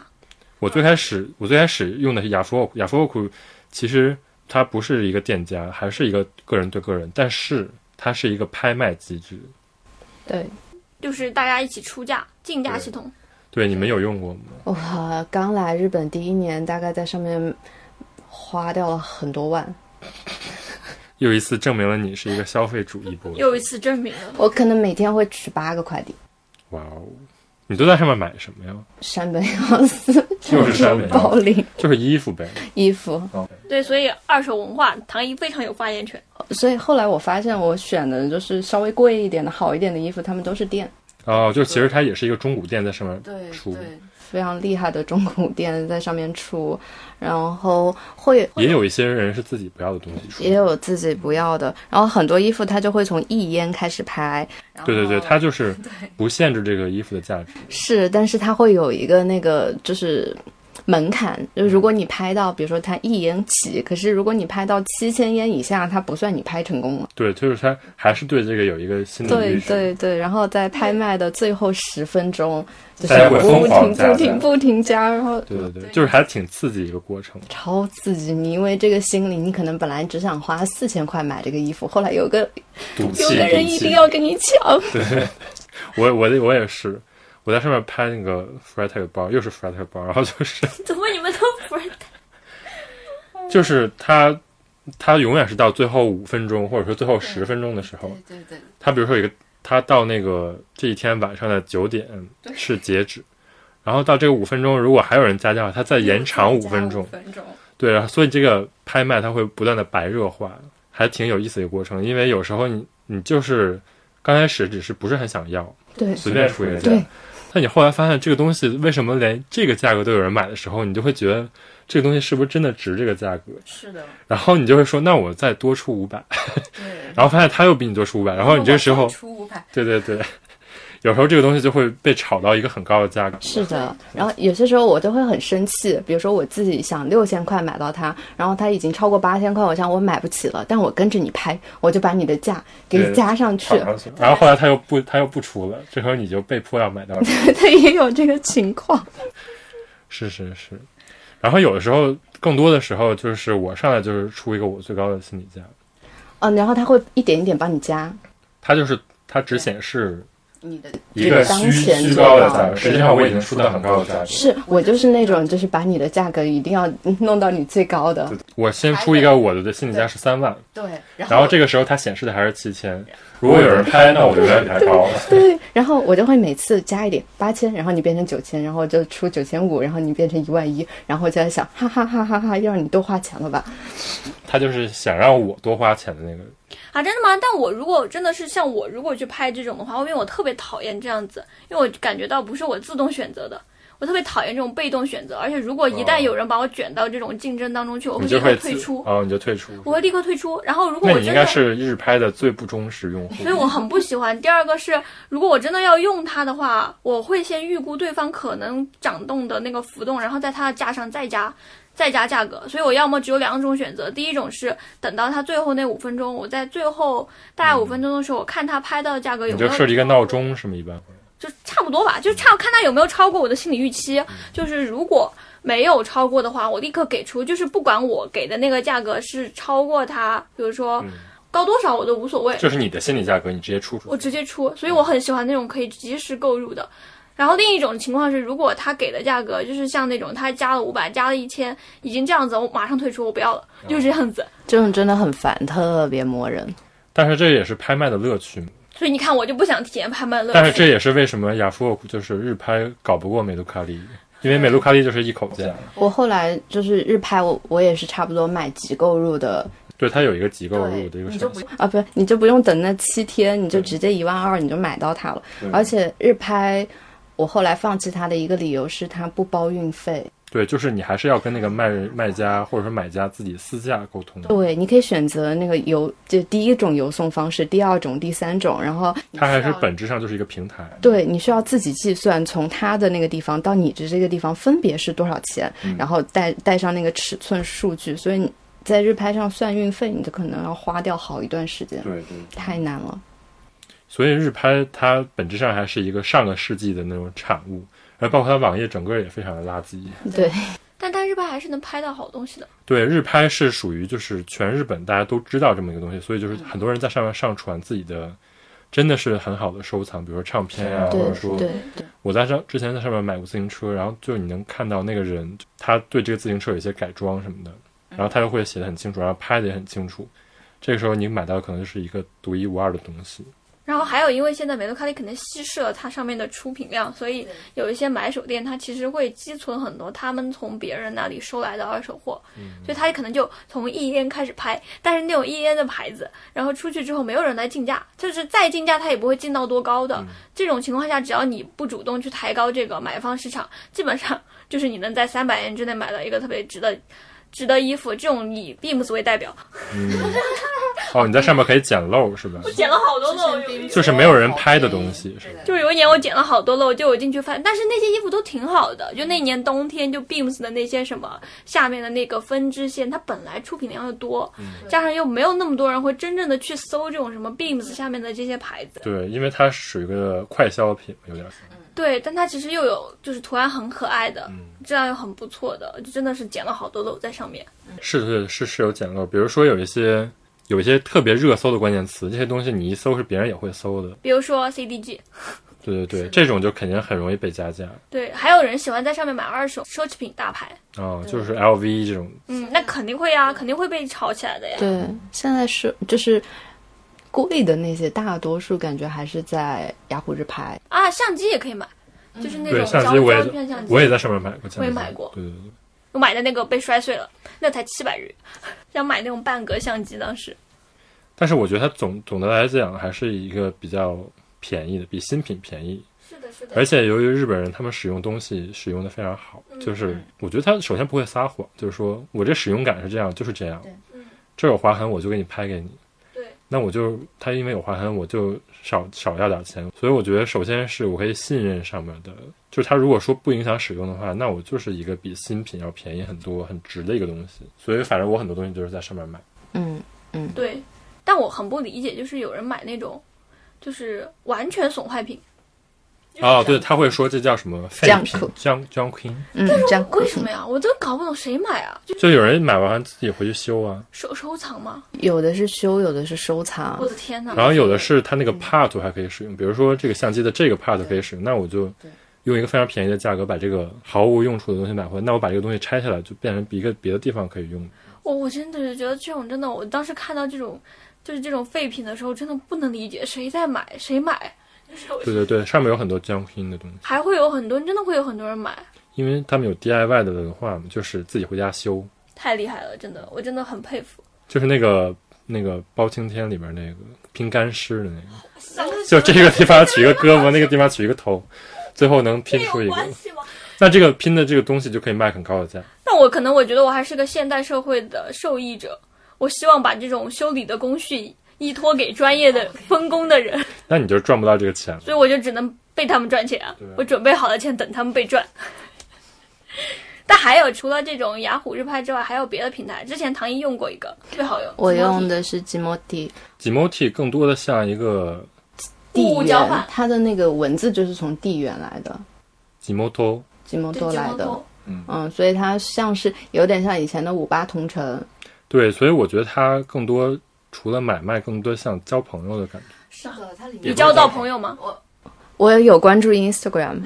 C: 我最开始我最开始用的是雅弗沃库，雅弗沃库其实它不是一个店家，还是一个个人对个人，但是它是一个拍卖机制。
B: 对，
A: 就是大家一起出价竞价
C: 对
A: 系统。
C: 对，你们有用过吗？
B: 我刚来日本第一年，大概在上面花掉了很多万。
C: 又一次证明了你是一个消费主义博主。
A: 又一次证明了，
B: 我可能每天会取八个快递，
C: 哇哦，你都在上面买什么呀？
B: 山本耀司、
C: 就是山本耀司哦
B: 宝林
C: 就是衣服呗。
B: 衣服，
A: 对，所以二手文化唐一非常有发言权。
B: 所以后来我发现，我选的就是稍微贵一点的、好一点的衣服，他们都是店，
C: 哦，就其实它也是一个中古店在上面
E: 对
C: 出，
E: 对，
B: 非常厉害的中古店在上面出，然后会
C: 也有一些人是自己不要的东西出。
B: 也有自己不要的，然后很多衣服它就会从一烟开始拍，
E: 然后
C: 对对
B: 哦
C: 对，它就是不限制这个衣服的价值。
B: 是，但是它会有一个那个就是门槛，就是如果
C: 嗯
B: 你拍到，比如说它一烟起，可是如果你拍到七千烟以下，它不算你拍成功了。
C: 对，就是他还是对这个有一个新的
B: 对
C: 预设。
B: 对对，然后在拍卖的最后十分钟，就
C: 大
B: 是
C: 家会
B: 不
C: 疯狂
B: 停
C: 加
B: 不停
C: 价
B: 不停加，然后
C: 对对对就是还挺刺激一个过程。
B: 超刺激。你因为这个心理，你可能本来只想花四千块买这个衣服，后来有个
C: 赌气，
B: 有个人一
C: 赌
B: 定
C: 气。
B: 要跟你抢。
C: 我我我也是，我在上面拍那个 Freitag 包，又是 Freitag 包，然后就是
A: 怎么你们都不是？
C: 就是他他永远是到最后五分钟，或者说最后十分钟的时候，
B: 对对，
C: 他比如说有一个，他到那个这一天晚上的九点是截止，然后到这个五分钟，如果还有人加价，他再延长五分钟。
B: 分钟。
C: 对，然后所以这个拍卖它会不断的白热化，还挺有意思的一个过程。因为有时候你你就是刚开始只是不是很想要，
B: 对
C: 随便出一个价
B: 对，
C: 但你后来发现这个东西为什么连这个价格都有人买的时候，你就会觉得这个东西是不是真的值这个价格？
B: 是的，
C: 然后你就会说，那我再多出五百，
B: 对。
C: 然后发现他又比你多出五百，然后你这个时候，
B: 出五百。
C: 对对对，有时候这个东西就会被炒到一个很高的价格。
B: 是的，然后有些时候我就会很生气，比如说我自己想六千块买到它，然后它已经超过八千块，我想我买不起了，但我跟着你拍，我就把你的价给
C: 对
B: 加上去
C: 炒，上去，然后后来他又不他又不出了，这时候你就被迫要买 到这个。
B: 它也有这个情况。
C: 是是是，然后有的时候，更多的时候就是我上来就是出一个我最高的心理价，
B: 嗯，然后它会一点一点帮你加
C: 它就是它只显示
B: 你的
C: 一个
B: 当
C: 虚
B: 前
C: 虚
B: 最
C: 高的
B: 高
C: 价格，实际上我已经出到很高的价格。
B: 是我就是那种，就是把你的价格一定要弄到你最高的。
C: 我先出一个我的心理价是三万，
B: 对，
C: 然后这个时候它显示的还是七千。如果有人拍，那我就远比他高了。
B: 对，然后我就会每次加一点八千，然后你变成九千，然后就出九千五，然后你变成一万一，然后我就在想，哈哈哈哈哈，又让你多花钱了吧？
C: 他就是想让我多花钱的那个人。
A: 啊，真的吗？但我如果真的是像我，如果去拍这种的话，因为我特别讨厌这样子，因为我感觉到不是我自动选择的，我特别讨厌这种被动选择。而且如果一旦
C: 哦
A: 有人把我卷到这种竞争当中去，我会
C: 你
A: 立
C: 就
A: 刻
C: 会
A: 退
C: 自
A: 出，
C: 啊，你就退出。
A: 我会立刻退出。然后如果
C: 那
A: 我
C: 你应
A: 真
C: 该
A: 的，
C: 是日拍的最不忠实用户。
A: 所以我很不喜欢。第二个是，如果我真的要用它的话，我会先预估对方可能涨动的那个浮动，然后在它的价上再加。再加价格，所以我要么只有两种选择。第一种是等到它最后那五分钟，我在最后大概五分钟的时候，我看它拍到的价格有
C: 你
A: 没有
C: 就设置一个闹钟，是吗？一般会
A: 就差不多吧，就差看他有没有超过我的心理预期。
C: 嗯
A: 就是如果没有超过的话，我立刻给出，就是不管我给的那个价格是超过他，比如说高多少我都无所谓，
C: 嗯就是你的心理价格，你直接出出去。
A: 我直接出。所以我很喜欢那种可以及时购入的。然后另一种情况是，如果他给的价格就是像那种他加了五百、加了一千，已经这样子，我马上退出，我不要了，
C: 啊
A: 就这样子。
B: 这种真的很烦，特别磨人。
C: 但是这也是拍卖的乐趣嘛。
A: 所以你看，我就不想体验拍 卖乐趣。
C: 但是这也是为什么雅夫奥就是日拍搞不过美杜卡利，因为美杜卡利就是一口价，
B: 我后来就是日拍我，我也是差不多买集购入的
C: 对它有一个集购入的一个选择。
B: 啊，不，你就不用等那七天，你就直接一万二你就买到它了。而且日拍，我后来放弃它的一个理由是它不包运费。
C: 对，就是你还是要跟那个卖卖家或者说买家自己私下沟通，
B: 对，你可以选择那个邮，就第一种邮送方式，第二种、第三种，然后
C: 它还是本质上就是一个平台。
B: 对你需要自己计算，从他的那个地方到你的这个地方分别是多少钱，
C: 嗯
B: 然后带带上那个尺寸数据，所以你在日拍上算运费，你就可能要花掉好一段时间，
C: 对对，
B: 太难了。
C: 所以日拍它本质上还是一个上个世纪的那种产物，而包括它网页整个也非常的垃圾。
B: 对，
A: 但它日拍还是能拍到好东西的。
C: 对，日拍是属于就是全日本大家都知道这么一个东西，所以就是很多人在上面上传自己的，真的是很好的收藏，比如说唱片啊，或
B: 对
C: 者说
B: 对
C: 我在上之前在上面买过自行车，然后就你能看到那个人他对这个自行车有一些改装什么的，然后他又会写的很清楚，然后拍的也很清楚。这个时候你买到的可能就是一个独一无二的东西，
A: 然后还有，因为现在美杜卡利可能稀释了它上面的出品量，所以有一些买手店它其实会积存很多他们从别人那里收来的二手货，所以他可能就从一烟开始拍，但是那种一烟的牌子，然后出去之后没有人来竞价，就是再竞价它也不会竞到多高的。这种情况下，只要你不主动去抬高这个买方市场，基本上就是你能在三百元之内买到一个特别值的。值得衣服这种以 Beams 为代表，
C: 哦，你在上面可以捡漏是吧？
A: 我捡了好多漏，
E: 之前冰
C: 就是没有人拍的东西是吧
A: 就是有一年我捡了好多了，我就我进去翻，但是那些衣服都挺好的。就那年冬天，就 Beams 的那些什么下面的那个分支线，它本来出品量就多，
C: 嗯
A: 加上又没有那么多人会真正的去搜这种什么 Beams 下面的这些牌子。
C: 对，因为它属于个快消品，有点儿。
A: 对，但它其实又有就是图案很可爱的，
C: 嗯
A: 质量又很不错的，就真的是捡了好多漏在上面。
C: 是是是是有捡漏，比如说有一些有一些特别热搜的关键词，这些东西你一搜是别人也会搜的。
A: 比如说 CDG，
C: 对对对，这种就肯定很容易被加价
A: 对，还有人喜欢在上面买二手奢侈品大牌，
C: 啊、就是 LV 这种，
A: 嗯，那肯定会呀、肯定会被炒起来的呀。
B: 对，现在是就是贵的那些，大多数感觉还是在雅虎日拍。
A: 啊，相机也可以买，就是那
C: 对
A: 种胶
C: 相机我
A: 胶片相
C: 也
A: 机，
C: 我也在上面买过，
A: 我也买过
C: 对对对，
A: 我买的那个被摔碎了，那才七百日， 想买那种半格相机，当时
C: 但是我觉得它总总的来讲还是一个比较便宜的，比新品便宜。
A: 是的，是的
C: 而且由于日本人他们使用东西使用的非常好，
A: 嗯
C: 就是我觉得他首先不会撒谎，就是说我这使用感是这样，就是这样
E: 对
A: 嗯，
C: 这有划痕我就给你拍给你。
A: 对，
C: 那我就他因为有划痕，我就少少要点钱。所以我觉得首先是我可以信任上面的，就是他如果说不影响使用的话，那我就是一个比新品要便宜很多、很值的一个东西。所以反正我很多东西就是在上面买。
B: 嗯，
A: 对。但我很不理解，就是有人买那种，就是完全损坏品，
C: 哦，对，他会说这叫什么废品
B: Junk
C: junk junk，
B: 嗯，这样
A: 为什么呀？我真搞不懂谁买啊，就
C: 就有人买完自己回去修啊。
A: 收收藏吗？
B: 有的是修，有的是收藏
A: 我。的天呐！
C: 然后有的是它那个 part 还可以使用，比如说这个相机的这个 part 可以使用，那我就用一个非常便宜的价格把这个毫无用处的东西买回来，那我把这个东西拆下来就变成一个别的地方可以用。
A: 我我真的是觉得这种真的，我当时看到这种就是这种废品的时候，真的不能理解谁在买，谁买，就是我
C: 对对对，上面有很多 junking 的东西，
A: 还会有很多真的会有很多人买，
C: 因为他们有 DIY 的文化嘛，就是自己回家修，
A: 太厉害了，真的，我真的很佩服。
C: 就是那个那个包青天里边那个拼干尸的那个，
A: 这
C: 就这个地方取一个胳膊，那个地方取一个头，最后能拼出一个。
A: 系吗？
C: 那这个拼的这个东西就可以卖很高的价。
A: 但我可能我觉得我还是个现代社会的受益者，我希望把这种修理的工序依托给专业的分工的人，
C: 那你就赚不到这个钱了。
A: 所以我就只能被他们赚钱啊
C: 对啊
A: 我准备好了钱等他们被赚。 但还有除了这种雅虎日拍之外，还有别的平台。之前唐一用过一个，特别好用。
B: 我用
A: 的
B: 的是吉摩蒂
C: Gmoti 更多的像一个
A: 物
B: 地
A: 物交
B: 缘
A: 换，
B: 它的那个文字就是从地缘来的，
C: Gmoto，
B: 吉摩多来的。
C: 嗯
B: 嗯，所以它像是有点像以前的五八同城，
C: 对，所以我觉得它更多除了买卖，更多像交朋友的感觉。
E: 是的，它里面
A: 你交到朋友吗？
B: 我也有关注 Instagram，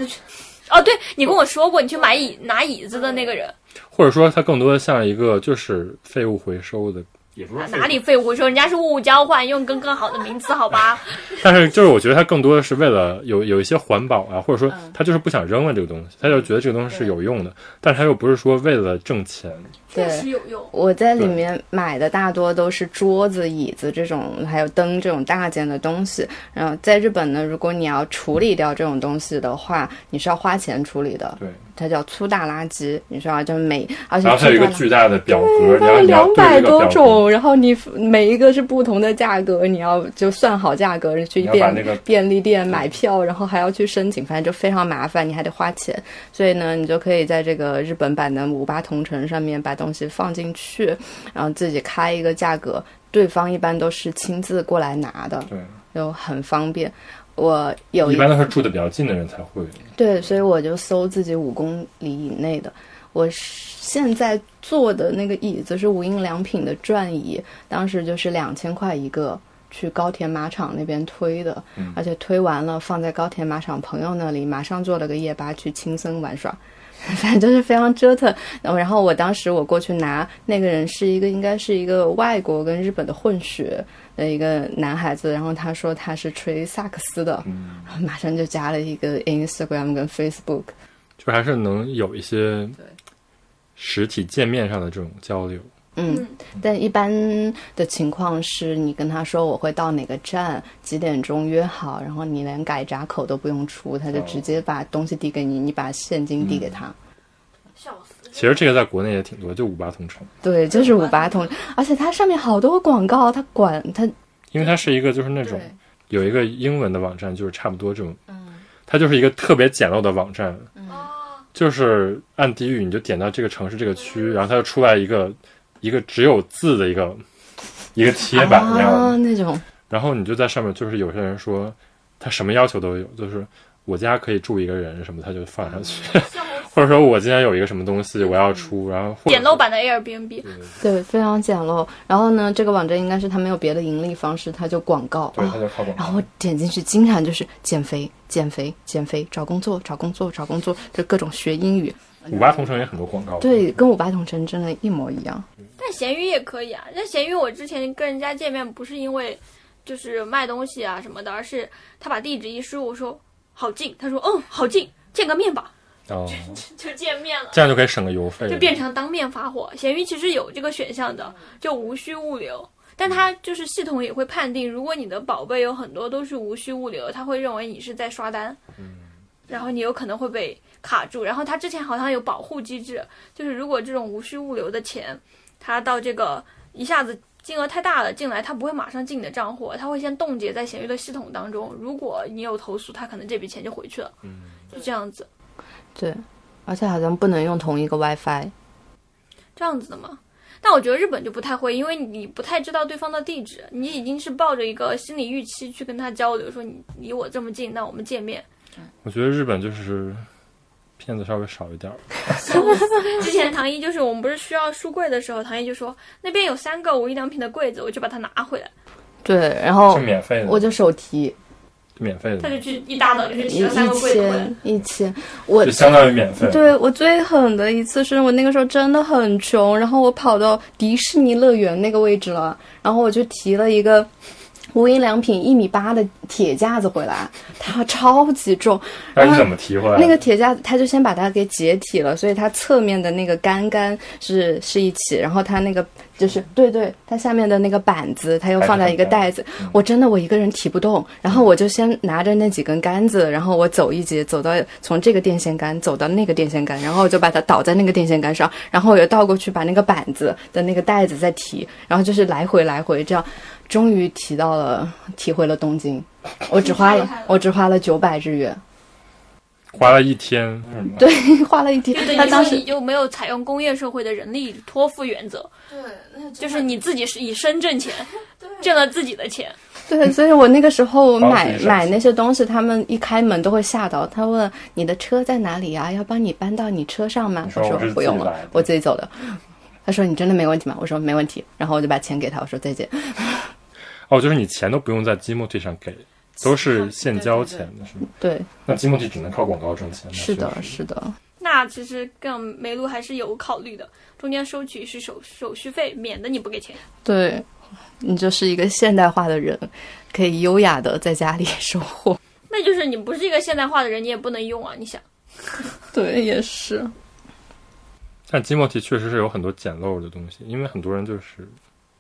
A: 哦，对你跟我说过，你去买椅拿椅子的那个人，
C: 或者说它更多的像一个就是废物回收的，也不
A: 啊哪里废物？我说人家是物物交换，用更更好的名词，好吧？
C: 但是就是我觉得它更多的是为了有有一些环保啊，或者说
B: 嗯
C: 他就是不想扔了这个东西，他就觉得这个东西是有用的，但是他又不是说为了挣钱，
A: 确
B: 对
A: 实有用。
B: 我在里面买的大多都是桌子、椅子这种，还有灯这种大件的东西。然后在日本呢，如果你要处理掉这种东西的话，你是要花钱处理的，
C: 对。
B: 它叫粗大垃圾。你知道，就是每而且嗯
C: 然后它有一个巨大的表格，然后你要
B: 两
C: 对
B: 百
C: 这个
B: 多
C: 表格，
B: 种，然后你每一个是不同的价格，你要就算好价格去
C: 你要把
B: 便
C: 那个
B: 便利店买票，然后还要去申请，反正就非常麻烦，你还得花钱。所以呢，你就可以在这个日本版的五八同城上面把东西放进去，然后自己开一个价格，对方一般都是亲自过来拿的，
C: 对，
B: 就很方便。我有
C: 一
B: 一
C: 般都是住的比较近的人才会。
B: 对，所以我就搜自己五公里以内的。我现在坐的那个椅子是无印良品的转椅，当时就是两千块一个，去高铁马场那边推的，而且推完了放在高铁马场朋友那里，马上坐了个夜巴去青森玩耍。 反正就是非常折腾，然后然后我当时我过去拿那个人是一个应该是一个外国跟日本的混血的一个男孩子，然后他说他是吹萨克斯的，马上就加了一个 Instagram 跟 Facebook。
C: 就还是能有一些实体界面上的这种交流。
B: 嗯，但一般的情况是你跟他说我会到哪个站，几点钟约好，然后你连改闸口都不用出，他就直接把东西递给你，你把现金递给他。
A: 笑死！
C: 其实这个在国内也挺多，就五八同城，
B: 对，就是五八同，而且它上面好多广告，它管它
C: 因为它是一个就是那种
B: 对
C: 有一个英文的网站，就是差不多这种，
A: 嗯
C: 它就是一个特别简陋的网站，就是按地域你就点到这个城市这个
A: 嗯
C: 区，然后它就出来一个一个只有字的一个一个贴板那样的。
B: 啊那种，
C: 然后你就在上面，就是有些人说他什么要求都有，就是我家可以住一个人什么，他就放上去，
A: 嗯
C: 或者说我今天有一个什么东西我要出，然后或者
A: 简陋版的 Airbnb，
B: 对，非常简陋。然后呢，这个网站应该是它没有别的盈利方式，它就广告。
C: 对，
B: 啊
C: 他就靠广
B: 然
C: 告。
B: 后我点进去，经常就是减肥、减肥、减肥，找工作、找工作、找工作，就各种学英语。
C: 五八同城也很多广告，
B: 对，跟五八同城真的一模一样。
A: 但闲鱼也可以啊。但闲鱼我之前跟人家见面不是因为就是卖东西啊什么的，而是他把地址一输，我说好近，他说嗯好近，见个面吧，
C: 哦，
A: 就见面了。
C: 这样就可以省个邮费，
A: 就变成当面发货。闲鱼其实有这个选项的，就无需物流。但它就是系统也会判定，如果你的宝贝有很多都是无需物流，它会认为你是在刷单，然后你有可能会被卡住。然后它之前好像有保护机制，就是如果这种无需物流的钱，它到这个一下子金额太大了进来，它不会马上进你的账户，它会先冻结在闲鱼的系统当中。如果你有投诉，它可能这笔钱就回去了，就这样子，
B: 对，而且好像不能用同一个 WiFi。
A: 这样子的吗？但我觉得日本就不太会，因为你不太知道对方的地址，你已经是抱着一个心理预期去跟他交流，说你离我这么近，那我们见 面。
C: 我觉得日本就是骗子稍微少一点儿，
A: 之前唐一就是我们不是需要书柜的时候，唐一就说那边有三个无印良品的柜子，我就把它拿回来，
B: 对，然后
C: 是免费的，
B: 哦我就手提
C: 免费
A: 他
C: 的，
A: 就去一大早就去
B: 一
A: 提了三个
B: 一
A: 柜子回来
B: 千。一千，我
C: 就相当于免费。
B: 对我最狠的一次是我那个时候真的很穷，然后我跑到迪士尼乐园那个位置了，然后我就提了一个无印良品一米八的铁架子回来，它超级重，
C: 那你怎么提回来？
B: 啊那个铁架，它就先把它给解体了，所以它侧面的那个杆杆是是一起，然后它那个就是对对，它下面的那个嗯板子，它又放在一个袋子。我真的我一个人提不动，然后我就先拿着那几根杆子，然后我走一节，走到从这个电线杆走到那个电线杆，然后我就把它倒在那个电线杆上，然后我又倒过去把那个板子的那个袋子再提，然后就是来回来回这样，终于提到了提回了东京。我只花
A: 太厉
B: 了
A: 害了，
B: 我只花了九百日元，
C: 花了一天，
B: 嗯
C: 对，
B: 对，花了一天
A: 就等。
B: 他
A: 于
B: 当
A: 说
B: 时
A: 你就没有采用工业社会的人力托付原则，
E: 对，
A: 就是你自己是以身挣 钱，挣了自己的钱。
B: 对，所以我那个时候我
C: 防止
B: 买
C: 闪
B: 买
C: 失
B: 那些东西，他们一开门都会吓到，他问你的车在哪里啊？要帮你搬到你车上吗？
C: 你说
B: 我
C: 我是
B: 不用
C: 自己
B: 了
C: 来的，
B: 我自己走的。他说你真的没问题吗？我说没问题，然后我就把钱给他，我说再见。
C: 哦，就是你钱都不用在积木地上给，都是现交钱的，是吗？
B: 对，
C: 那积木地只能靠广告挣钱。那
B: 是的，
C: 确实
B: 是的，
A: 那其实跟梅露还是有考虑的，中间收取是手手续费，免得你不给钱。
B: 对，你就是一个现代化的人，可以优雅的在家里 生活。
A: 那就是你不是一个现代化的人，你也不能用啊！你想，
B: 对，也是。
C: 但积木地确实是有很多简陋的东西，因为很多人就是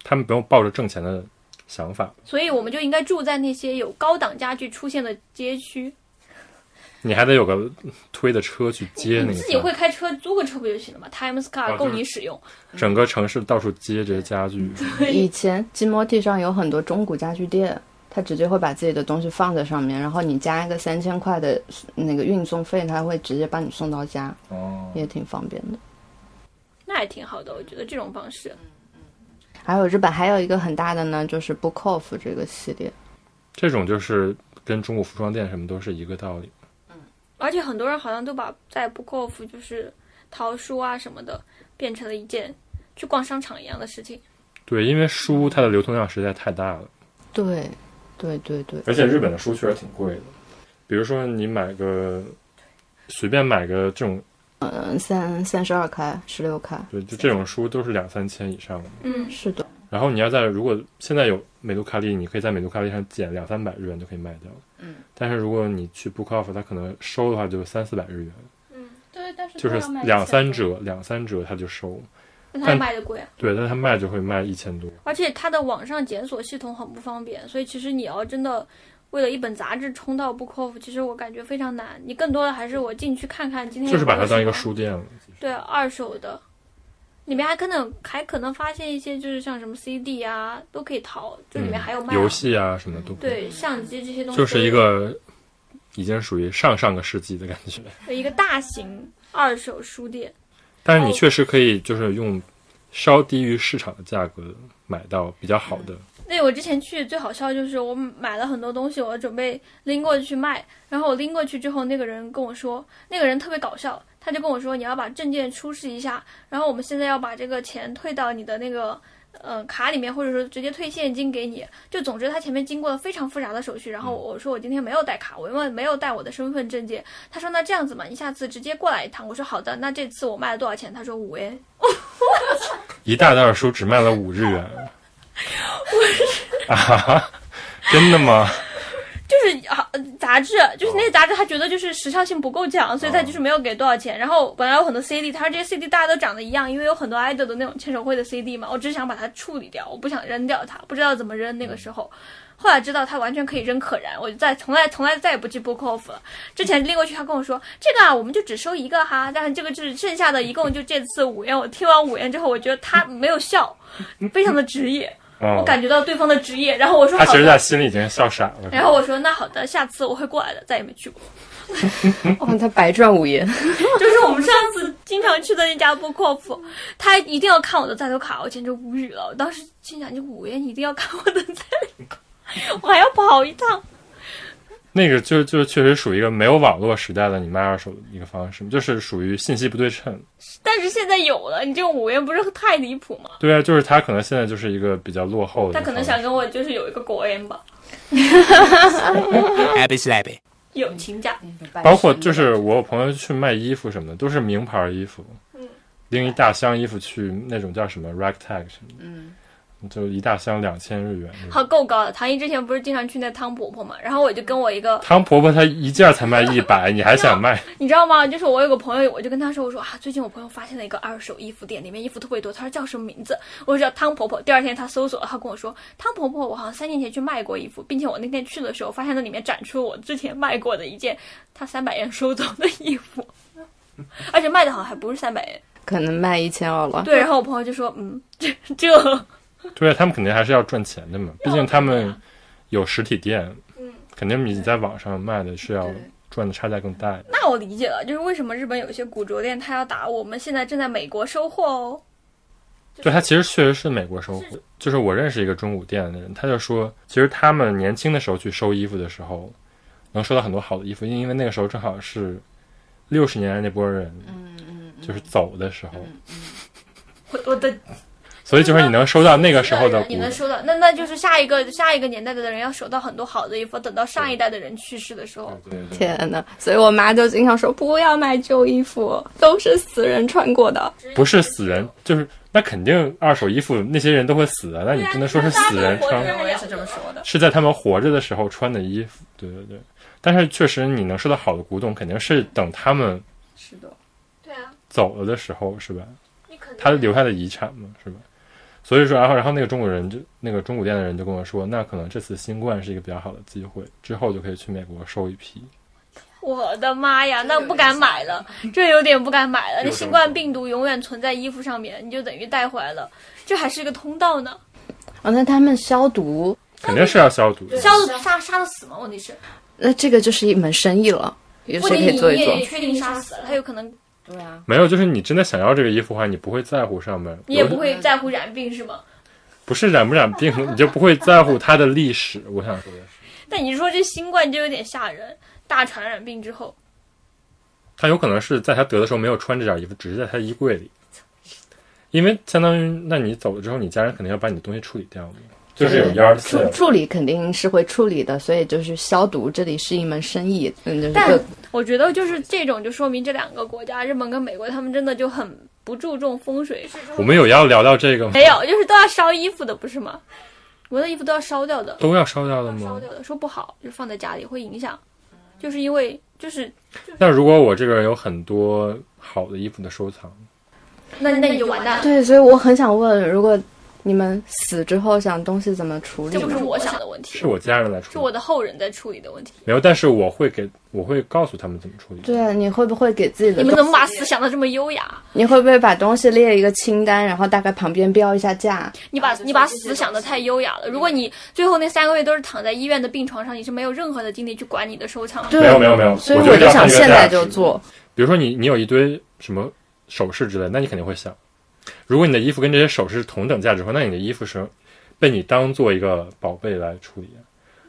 C: 他们不用抱着挣钱的想法。
A: 所以我们就应该住在那些有高档家具出现的街区，
C: 你还得有个推的车去接那
A: 你
C: 个
A: 自己会
C: 家，
A: 开车，租个车不就行了吗？Times
C: 啊
A: Car
C: 就是
A: 供你使用，
C: 整个城市到处接这些家
B: 嗯
C: 具。
B: 以前金摩地上有很多中古家具店，他直接会把自己的东西放在上面，然后你加一个三千块的那个运送费，他会直接帮你送到家，
C: 哦，
B: 也挺方便的。
A: 那也挺好的。我觉得这种方式，
B: 还有日本还有一个很大的呢，就是 Book Off 这个系列，
C: 这种就是跟中国服装店什么都是一个道理。
A: 而且很多人好像都把在 Book Off 就是淘书啊什么的，变成了一件去逛商场一样的事情。
C: 对，因为书它的流通量实在太大了，
B: 对，对对对，
C: 而且日本的书确实挺贵的。比如说你买个随便买个这种，
B: 嗯，三三十二开，十六开，
C: 对，就这种书都是两三千以上的。
A: 嗯，
B: 是的，
C: 然后你要在如果现在有美杜卡利，你可以在美杜卡利上减两三百日元就可以卖掉。嗯，但是如果你去 Book Off，它可能收的话就三四百日元，
E: 嗯对，但是
C: 就是
E: 都要卖
C: 两三
E: 钱
C: 折，两三折它就收。
A: 那它
C: 但
A: 卖的贵啊。
C: 对，但是它卖就会卖一千多。
A: 而且它的网上检索系统很不方便，所以其实你要真的为了一本杂志冲到 Book Off，其实我感觉非常难。你更多的还是我进去看看今天有
C: 就是把
A: 没有
C: 它当一个
A: 什么
C: 书店了。
A: 对二手的，里面还可能还可能发现一些就是像什么 CD 啊都可以淘，就里面
C: 嗯
A: 还有卖、
C: 游戏啊什么都可以
A: 对相机这些东西都有，
C: 就是一个已经属于上上个世纪的感 觉。
A: 一个大型二手书店。
C: 但是你确实可以就是用稍低于市场的价格买到比较好的，
A: 那我之前去最好笑就是我买了很多东西，我准备拎过去卖，然后我拎过去之后，那个人跟我说，那个人特别搞笑，他就跟我说你要把证件出示一下，然后我们现在要把这个钱退到你的那个呃卡里面，或者说直接退现金给你。就总之他前面经过了非常复杂的手续，然后我说我今天没有带卡，我因为没有带我的身份证件，他说那这样子嘛，你下次直接过来一趟。我说好的，那这次我卖了多少钱？他说五元。
C: 一大袋书只卖了五日元。 啊哈，真的吗？
A: 就是啊，呃杂志，就是那个杂志，他觉得就是时效性不够强，所以他就是没有给多少钱。然后本来有很多 CD，他说这些 CD 大家都长得一样，因为有很多 idol 的那种签售会的 CD 嘛，我只是想把它处理掉，我不想扔掉它，不知道怎么扔。那个时候，后来知道它完全可以扔可燃，我就再从来从来再也不寄 book off 了。之前拎过去，他跟我说这个啊，我们就只收一个哈，但是这个是剩下的一共就这次五元。我听完五元之后，我觉得他没有笑，非常的职业，
C: 嗯
A: 我，感觉到对方的职业。然后我说
C: 啊他
A: 好
C: 其实
A: 的
C: 在心里已经笑傻了。
A: 然后我说那好的，下次我会过来的，再也没去过。
B: 哇，哦他白赚五元，
A: 就是我们上次经常去的那家 Book Off，他一定要看我的在留卡，我简直无语了。我当时心想，你五元你一定要看我的在留卡， 我还要跑一趟。
C: 那个就就确实属于一个没有网络时代的你卖二手的一个方式，就是属于信息不对称。
A: 但是现在有了，你这个五元不是太离谱吗？
C: 对啊，就是他可能现在就是一个比较落后的
A: 他
C: 方式。
A: 可能想跟我就是有一个国恩吧，
D: Happy slappy.
A: 友情价。
C: 包括就是我有朋友去卖衣服什么的，都是名牌衣服，拎一大箱衣服去那种叫什么 ragtag 什么的，就一大箱两千日元。
A: 好够高的，唐一之前不是经常去那汤婆婆嘛，然后我就跟我一个
C: 汤婆婆她一件才卖一百，你还想卖？
A: 你知道吗？就是我有个朋友，我就跟他说，我说啊，最近我朋友发现了一个二手衣服店，里面衣服特别多。他说叫什么名字？我说叫汤婆婆。第二天他搜索了，他跟我说汤婆婆，我好像三年前去卖过衣服，并且我那天去的时候发现那里面展出我之前卖过的一件他三百元收走的衣服， 而且卖的好像还不是三百元。
B: 可能卖一千二了。
A: 对，然后我朋友就说，嗯，这这
C: 对啊，他们肯定还是要赚钱的嘛，毕竟他们有实体店，肯定你在网上卖的是要赚的差价更大。
A: 那我理解了，就是为什么日本有一些古着店他要打我们现在正在美国收货哦。
C: 对他其实确实是美国收获，就是我认识一个中古店的人，他就说，其实他们年轻的时候去收衣服的时候，能收到很多好的衣服，因为那个时候正好是六十年代那波人，就是走的时候，
A: 我我的
C: 所以就是你能收到那个时候的
A: 你
C: 古，
A: 能收到，那那就是下一个下一个年代的人要收到很多好的衣服，等到上一代的人去世的时候，
C: 对对对，
B: 天呐，所以我妈就经常说不要买旧衣服，都是死人穿过的。
C: 不是死人，就是那肯定二手衣服那些人都会死的，那啊你不能说是死人穿，
A: 对啊
E: 我也是这么说的。
C: 是在他们活着的时候穿的衣服，对对对。但是确实你能收到好的古董，肯定是等他们
E: 是的，
A: 对啊，
C: 走了的时候，是吧？
A: 你可能
C: 他留下的遗产嘛，是吧？所以说，然后然后那个中国人就那个中古店的人就跟我说，那可能这次新冠是一个比较好的机会，之后就可以去美国收一批。
A: 我的妈呀，那不敢买了，这有点不敢买了。那
C: 有点
A: 新冠病毒永远存在衣服上面，你就等于带回来了，这还是一个通道呢。
B: 哦，那他们消毒，
C: 肯定是要消毒的，
A: 杀杀杀得死吗？问题是，
B: 那这个就是一门生意了，有
A: 问
B: 谁可
A: 题
B: 以
A: 你
B: 做一
A: 也
B: 做
A: 也？确定杀死了，他有可能，
E: 对啊，
C: 没有，就是你真的想要这个衣服的话，你不会在乎上面，
A: 你也
C: 有
A: 不会在乎染病是吗？
C: 不是染不染病，你就不会在乎它的历史。我想说的是，
A: 但你说这新冠就有点吓人，大传染病之后，
C: 他有可能是在他得的时候没有穿这件衣服，只是在他衣柜里，因为相当于那你走了之后，你家人肯定要把你的东西处理掉嘛，就是有 yard
B: 处
C: sale。
B: 处理肯定是会处理的，所以就是消毒，这里是一门生意，嗯，就是
A: 但
B: 各
A: 我觉得就是这种，就说明这两个国家，日本跟美国，他们真的就很不注重风水。
C: 我们有要聊到这个吗？
A: 没有，就是都要烧衣服的，不是吗？我的衣服都要烧掉的，
C: 都要烧掉的
A: 烧
C: 吗？
A: 掉的，说不好就放在家里会影响，就是因为就是
C: 那如果我这个人有很多好的衣服的收藏，
A: 那那你就完蛋了。
B: 对，所以我很想问，如果你们死之后想东西怎么处理
A: 这不是
B: 吗？
A: 我想的问题，
C: 是我家人来处理，
A: 是我的后人在处理的问题。
C: 没有，但是我会给，我会告诉他们怎么处理。
B: 对，你会不会给自己的
A: 你们
B: 东
A: 怎么把死想的这么优雅？
B: 你会不会把东西列一个清单，然后大概旁边标一下价？
A: 你把
E: 就是
A: 你把
E: 这些
A: 死
E: 东
A: 想的
E: 西
A: 太优雅了。如果你最后那三个月都是躺在医院的病床上，你是没有任何的精力去管你的收藏的。
B: 对，
C: 没有没有没有，
B: 所以
C: 我觉得
B: 我就
C: 要
B: 想
C: 看这个
B: 现在
C: 价值
B: 就做。
C: 比如说你你有一堆什么首饰之类，那你肯定会想，如果你的衣服跟这些首饰同等价值的话，那你的衣服是被你当做一个宝贝来处理。啊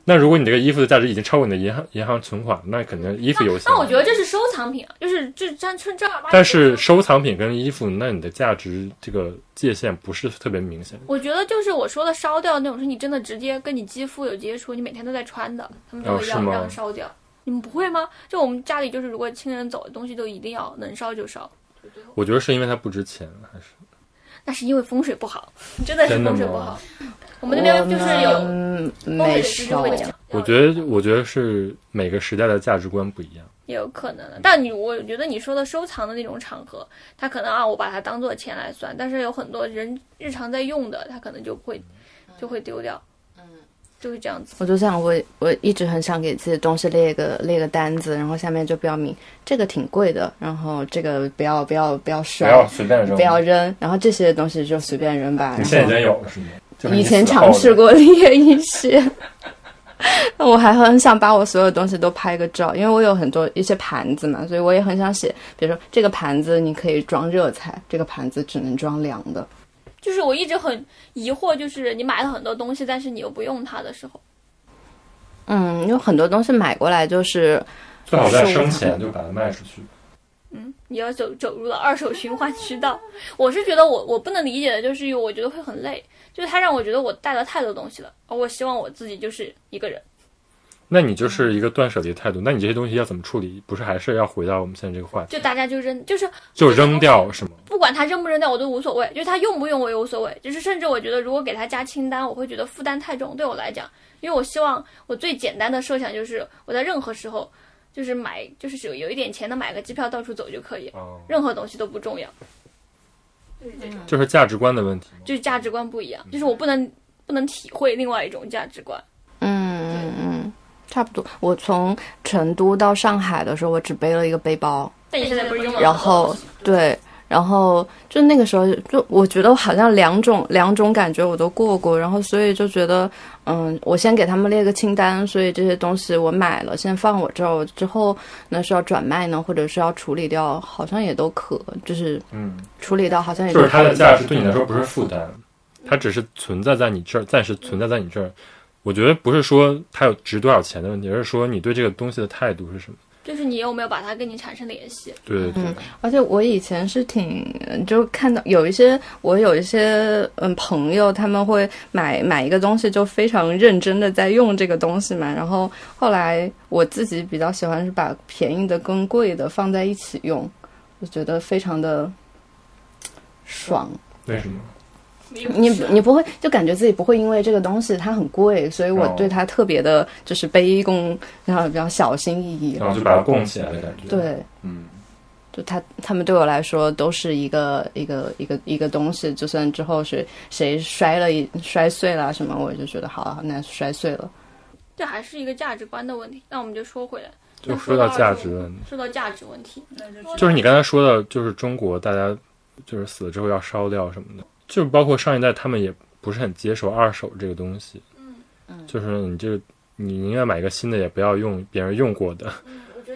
C: 那如果你这个衣服的价值已经超过你的银行银行存款，那肯定衣服优先。
A: 那我觉得这是收藏品啊，就是这这正正儿八经的收藏品。
C: 但是收藏品跟衣服，那你的价值这个界限不是特别明显。
A: 我觉得就是我说的烧掉那种，是你真的直接跟你肌肤有接触，你每天都在穿的，他们就
C: 哦
A: 会
C: 是
A: 要
C: 吗
A: 让烧掉。你们不会吗？就我们家里就是，如果亲人走的东西，就一定要能烧就烧。
C: 我觉得是因为它不值钱，还是
A: 那是因为风水不好，真的是
C: 真的
A: 风水不
C: 吗哦
A: 好。我们那边就是有
B: 嗯
A: 风水
B: 没
A: 的师傅
B: 收
A: 会，讲。
C: 我觉得我觉得是每个时代的价值观不一样。
A: 也有可能的。但你我觉得你说的收藏的那种场合，他可能啊，我把它当做钱来算，但是有很多人日常在用的，他可能就会就会丢掉，
E: 嗯，
A: 就会这样子。
B: 我就想我我一直很想给自己的东西列一个列一个单子，然后下面就标明这个挺贵的，然后这个不要不要不要烧，
C: 随便扔
B: 不要扔，然后这些东西就随便扔吧。
C: 你
B: 然
C: 现在
B: 后
C: 已经有了是吗？就是你
B: 以前
C: 死后
B: 尝试
C: 的
B: 过 列一些，我还很想把我所有东西都拍个照，因为我有很多一些盘子嘛，所以我也很想写，比如说这个盘子你可以装热菜，这个盘子只能装凉的。
A: 就是我一直很疑惑，就是你买了很多东西，但是你又不用它的时候，
B: 嗯，有很多东西买过来就是
C: 最好在生前就把它卖出去。
A: 嗯，你要走走入了二手循环渠道。我是觉得我我不能理解的就是，我觉得会很累，就是它让我觉得我带了太多东西了，而我希望我自己就是一个人。
C: 那你就是一个断舍离态度。那你这些东西要怎么处理？不是还是要回到我们现在这个话题，
A: 就大家就扔，就是
C: 就扔掉是吗？
A: 不管他扔不扔掉我都无所谓，就是他用不用我也无所谓，就是甚至我觉得如果给他加清单，我会觉得负担太重对我来讲，因为我希望我最简单的设想就是我在任何时候就是买就是有有一点钱的买个机票到处走就可以，
C: 哦，
A: 任何东西都不重要，
C: 就是价值观的问题。
A: 就是价值观不一样，就是我不能不能体会另外一种价值观。
B: 嗯嗯嗯，差不多。我从成都到上海的时候，我只背了一个背包，
A: 但你现在不是用了
B: 嗯然后对，然后就那个时候就我觉得我好像两种两种感觉我都过过，然后所以就觉得嗯，我先给他们列个清单，所以这些东西我买了，先放我这儿，我之后呢是要转卖呢，或者是要处理掉，好像也都可，就是
C: 嗯，
B: 处理掉好像也
C: 就是它
B: 可
C: 的
B: 以
C: 价值对你来说不是负担，
B: 嗯
C: 它只是存在在你这儿，暂时存在在你这儿。我觉得不是说它有值多少钱的问题，而是说你对这个东西的态度是什么。
A: 就是你有没有把它跟你产生联系？
C: 对对对，
B: 而且我以前是挺，嗯就看到有一些我有一些嗯朋友，他们会买买一个东西就非常认真的在用这个东西嘛。然后后来我自己比较喜欢是把便宜的跟贵的放在一起用，我觉得非常的爽。
C: 为什么？
B: 你你不会就感觉自己不会因为这个东西它很贵，所以我
C: 哦
B: 对它特别的就是卑躬，然后比较小心翼翼。
C: 然后就把它供起来的感觉。，
B: 哦对，
C: 嗯，
B: 就他他们对我来说都是一个一个一个一个东西，就算之后是谁摔了一摔碎了啊什么，我就觉得好啊，那摔碎了。
A: 这还是一个价值观的问题。那我们就说回来，
C: 就说到价值了。
A: 说到价值问题，
C: 就是你刚才说的，就是中国大家就是死了之后要烧掉什么的，就是包括上一代他们也不是很接受二手这个东西。嗯就是你这个你宁愿买一个新的，也不要用别人用过的，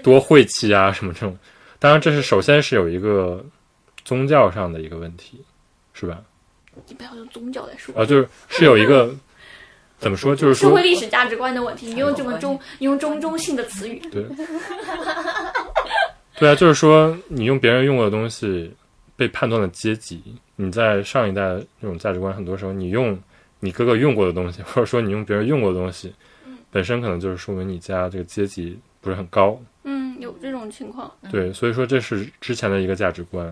C: 多晦气啊什么这种。当然，这是首先是有一个宗教上的一个问题，是吧？
A: 你不要用宗教来说。
C: 啊，就是是有一个怎么说，就是
A: 社
C: 说
A: 会历史价值观的问题，你用这么中，你用中中性的词语，
C: 对，对啊，就是说你用别人用过的东西被判断了阶级。你在上一代那种价值观，很多时候你用你哥哥用过的东西， 或者说你用别人用过的东西，
A: 嗯
C: 本身可能就是说明你家这个阶级不是很高。
A: 嗯，有这种情况。
C: 对，所以说这是之前的一个价值观。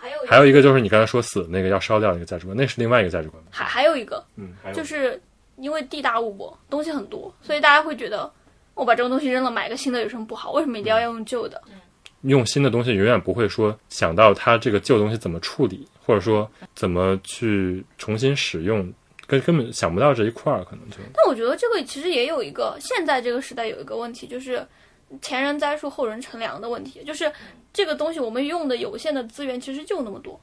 A: 还有一
C: 还有一个就是你刚才说死的那个要烧掉那个价值观，那是另外一个价值观。
A: 还还有一个，
C: 嗯，
A: 就是因为地大物博，东西
C: 嗯
A: 很多，所以大家会觉得我把这个东西扔了，买个新的有什么不好？为什么一定要用旧的？
C: 用新的东西永远不会说想到它这个旧东西怎么处理，或者说怎么去重新使用，根根本想不到这一块儿，可能就
A: 但我觉得这个其实也有一个现在这个时代有一个问题，就是前人栽树后人乘凉的问题，就是这个东西我们用的有限的资源其实就那么多。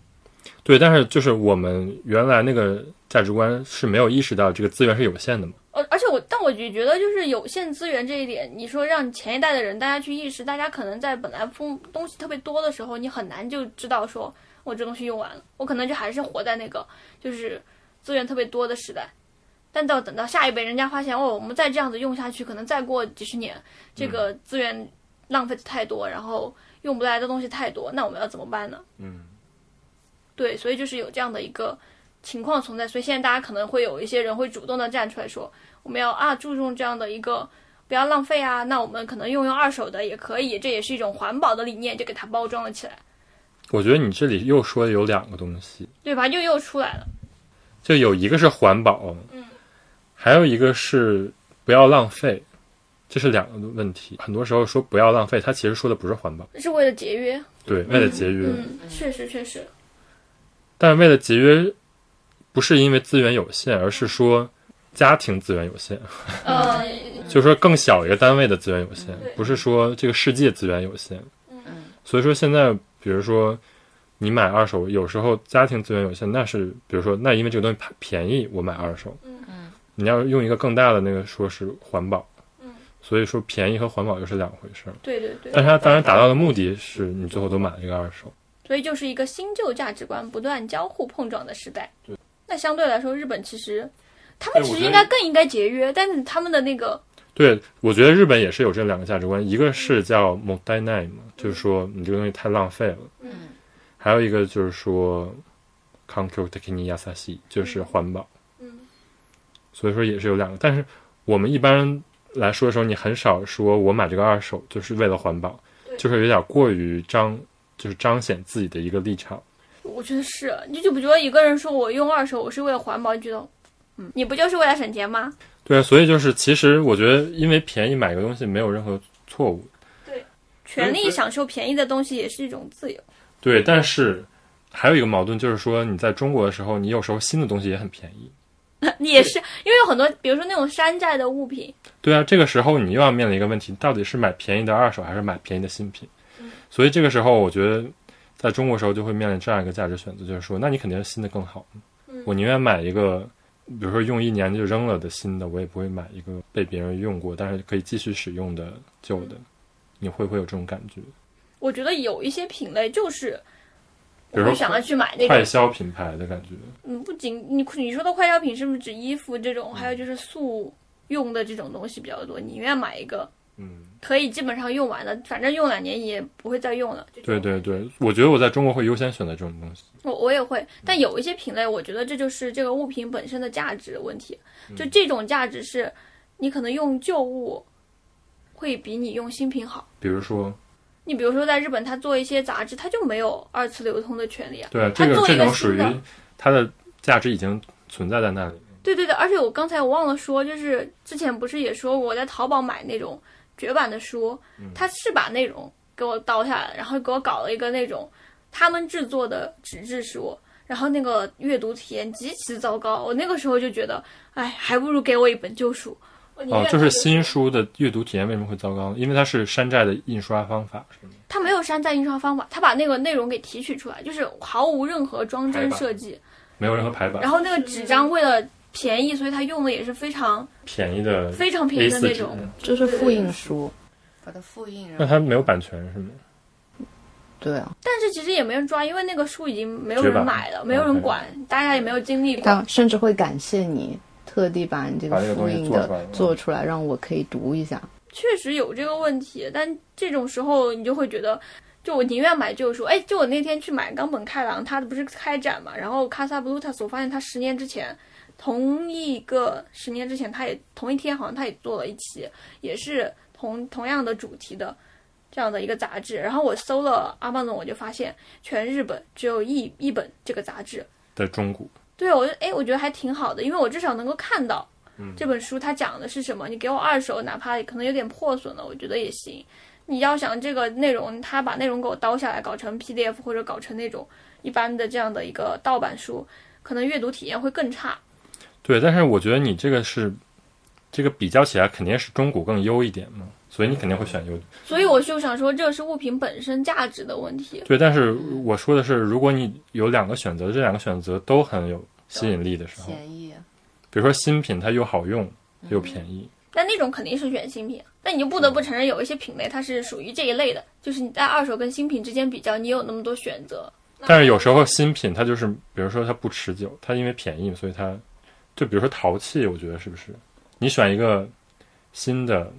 C: 对。但是就是我们原来那个价值观是没有意识到这个资源是有限的嘛。
A: 而而且我，但我也觉得就是有限资源这一点，你说让前一代的人大家去意识，大家可能在本来风东西特别多的时候，你很难就知道说我这东西用完了，我可能就还是活在那个就是资源特别多的时代。但到等到下一辈，人家发现哦，我们再这样子用下去，可能再过几十年，这个资源浪费的太多，然后用不来的东西太多，那我们要怎么办呢？
C: 嗯，
A: 对，所以就是有这样的一个情况存在，所以现在大家可能会有一些人会主动的站出来说，我们要啊注重这样的一个不要浪费啊，那我们可能用用二手的也可以，这也是一种环保的理念，就给它包装了起来，
C: 我觉得你这里又说有两个东西，
A: 对吧？又又出来了，
C: 就有一个是环保，
A: 嗯，
C: 还有一个是不要浪费，这是两个问题。很多时候说不要浪费，它其实说的不是环保，
A: 是为了节约，
C: 对，为了节约。
A: 嗯，确实确实，
C: 但是为了节约，不是因为资源有限，而是说家庭资源有限，
A: 呃，
C: 就是说更小一个单位的资源有限
A: 对，
C: 不是说这个世界资源有限。
A: 嗯
C: 所以说现在，比如说你买二手，有时候家庭资源有限，那是比如说那因为这个东西便宜，我买二手。
A: 嗯
C: 嗯，你要用一个更大的那个说是环保。
A: 嗯，
C: 所以说便宜和环保又是两回事儿。
A: 对对对，
C: 但是它当然达到的目的是你最后都买了一个二手。
A: 所以就是一个新旧价值观不断交互碰撞的时代。那相对来说，日本其实他们
C: 对
A: 其
C: 我
A: 实
C: 觉
A: 应
C: 得
A: 该更应该节约，但是他们的那个
C: 对，我觉得日本也是有这两个价值观，一个是叫 m o d a i n a 嘛，就是说你这个东西太浪费了，嗯，还有一个就是说 c o n c u r t e k i n i y a s a s i 就是环保，
A: 嗯，
C: 所以说也是有两个，但是我们一般来说的时候，你很少说我买这个二手就是为了环保，就是有点过于彰，就是彰显自己的一个立场，
A: 我觉得是，你就不觉得一个人说我用二手，我是为了环保，你觉得，嗯，你不就是为了省钱吗？
C: 对，啊所以就是其实我觉得，因为便宜买个东西没有任何错误，
A: 权利
C: 对
A: 享受便宜的东西也是一种自由。
C: 对，但是还有一个矛盾就是说，你在中国的时候，你有时候新的东西也很便宜。
A: 你也是，因为有很多，比如说那种山寨的物品，
C: 对啊，这个时候你又要面临一个问题，到底是买便宜的二手还是买便宜的新品？
A: 嗯
C: 所以这个时候，我觉得在中国时候就会面临这样一个价值选择，就是说，那你肯定是新的更好。
A: 嗯
C: 我宁愿买一个，比如说用一年就扔了的新的，我也不会买一个被别人用过但是可以继续使用的旧的。
A: 嗯
C: 你会不会有这种感觉？
A: 我觉得有一些品类就是，我
C: 比如说
A: 会想要去买那
C: 快
A: 种。
C: 消品牌的感觉？
A: 嗯，不仅你你说的快消品是不是指衣服这种，
C: 嗯
A: 还有就是速用的这种东西比较多，你宁愿买一个
C: 嗯。
A: 可以基本上用完了，反正用两年也不会再用了。
C: 对对对，我觉得我在中国会优先选择这种东西。
A: 我我也会，但有一些品类，我觉得这就是这个物品本身的价值问题。
C: 嗯
A: 就这种价值是，你可能用旧物会比你用新品好。
C: 比如说，
A: 你比如说，在日本，他做一些杂志，他就没有二次流通的权利啊。
C: 对
A: 它
C: 这个
A: 做一
C: 这
A: 个
C: 种属
A: 新
C: 于
A: 的
C: 它的价值已经存在在那里。
A: 对对对，而且我刚才我忘了说，就是之前不是也说我在淘宝买那种绝版的书，
C: 嗯
A: 他是把内容给我倒下来，然后给我搞了一个那种他们制作的纸质书，然后那个阅读体验极其糟糕。我那个时候就觉得，哎，还不如给我一本旧书。我宁
C: 哦
A: 愿，
C: 就是
A: 它
C: 新书的阅读体验为什么会糟糕呢？因为它是山寨的印刷方法，是吗？
A: 他没有山寨印刷方法，他把那个内容给提取出来，就是毫无任何装帧
C: 排版
A: 设计。
C: 没有任何排版
A: 然，后那个纸张为了便宜，所以他用的也是非常
C: 便宜的
A: 非常便宜
C: 嗯 A
A: 的
C: 四
A: 那
C: 纸，
A: 种。
B: 就是复印书，
E: 把它复印，然
C: 那
E: 后
C: 它没有版权是吗？
B: 对啊，
A: 但是其实也没人抓，因为那个书已经没有
C: 绝
A: 人
C: 版
A: 买了，没有人管，大家也没有精力管。
B: 他甚至会感谢你特地把你这个
C: 把这个
B: 复
C: 东西
B: 印
C: 做出来
B: 的
C: 了
B: 做出来，让我可以读一下。
A: 确实有这个问题，但这种时候你就会觉得，就我宁愿买旧书。哎，就我那天去买冈本开朗，他不是开展嘛，然后 Casa Blutas，我发现他十年之前。同一个十年之前，他也同一天，好像他也做了一期，也是同同样的主题的这样的一个杂志。然后我搜了阿曼总，我就发现全日本只有一一本这个杂志，
C: 的中古，
A: 对，我就哎，我觉得还挺好的，因为我至少能够看到这本书它讲的是什么。你给我二手，哪怕可能有点破损了，我觉得也行。你要想这个内容，他把内容给我刀下来，搞成 PDF 或者搞成那种一般的这样的一个盗版书，可能阅读体验会更差。
C: 对，但是我觉得你这个是这个比较起来，肯定是中古更优一点嘛，所以你肯定会选优。
A: 所以我就想说，这是物品本身价值的问题。
C: 对，但是我说的是，如果你有两个选择，这两个选择都很有吸引力的时候，
B: 便宜，
C: 比如说新品它又好用又便宜，
A: 但那种肯定是选新品，但你就不得不承认有一些品类它是属于这一类的，就是你在二手跟新品之间比较，你有那么多选择。
C: 但是有时候新品它就是，比如说它不持久，它因为便宜，所以它就比如说陶器，我觉得是不是？你选一个新的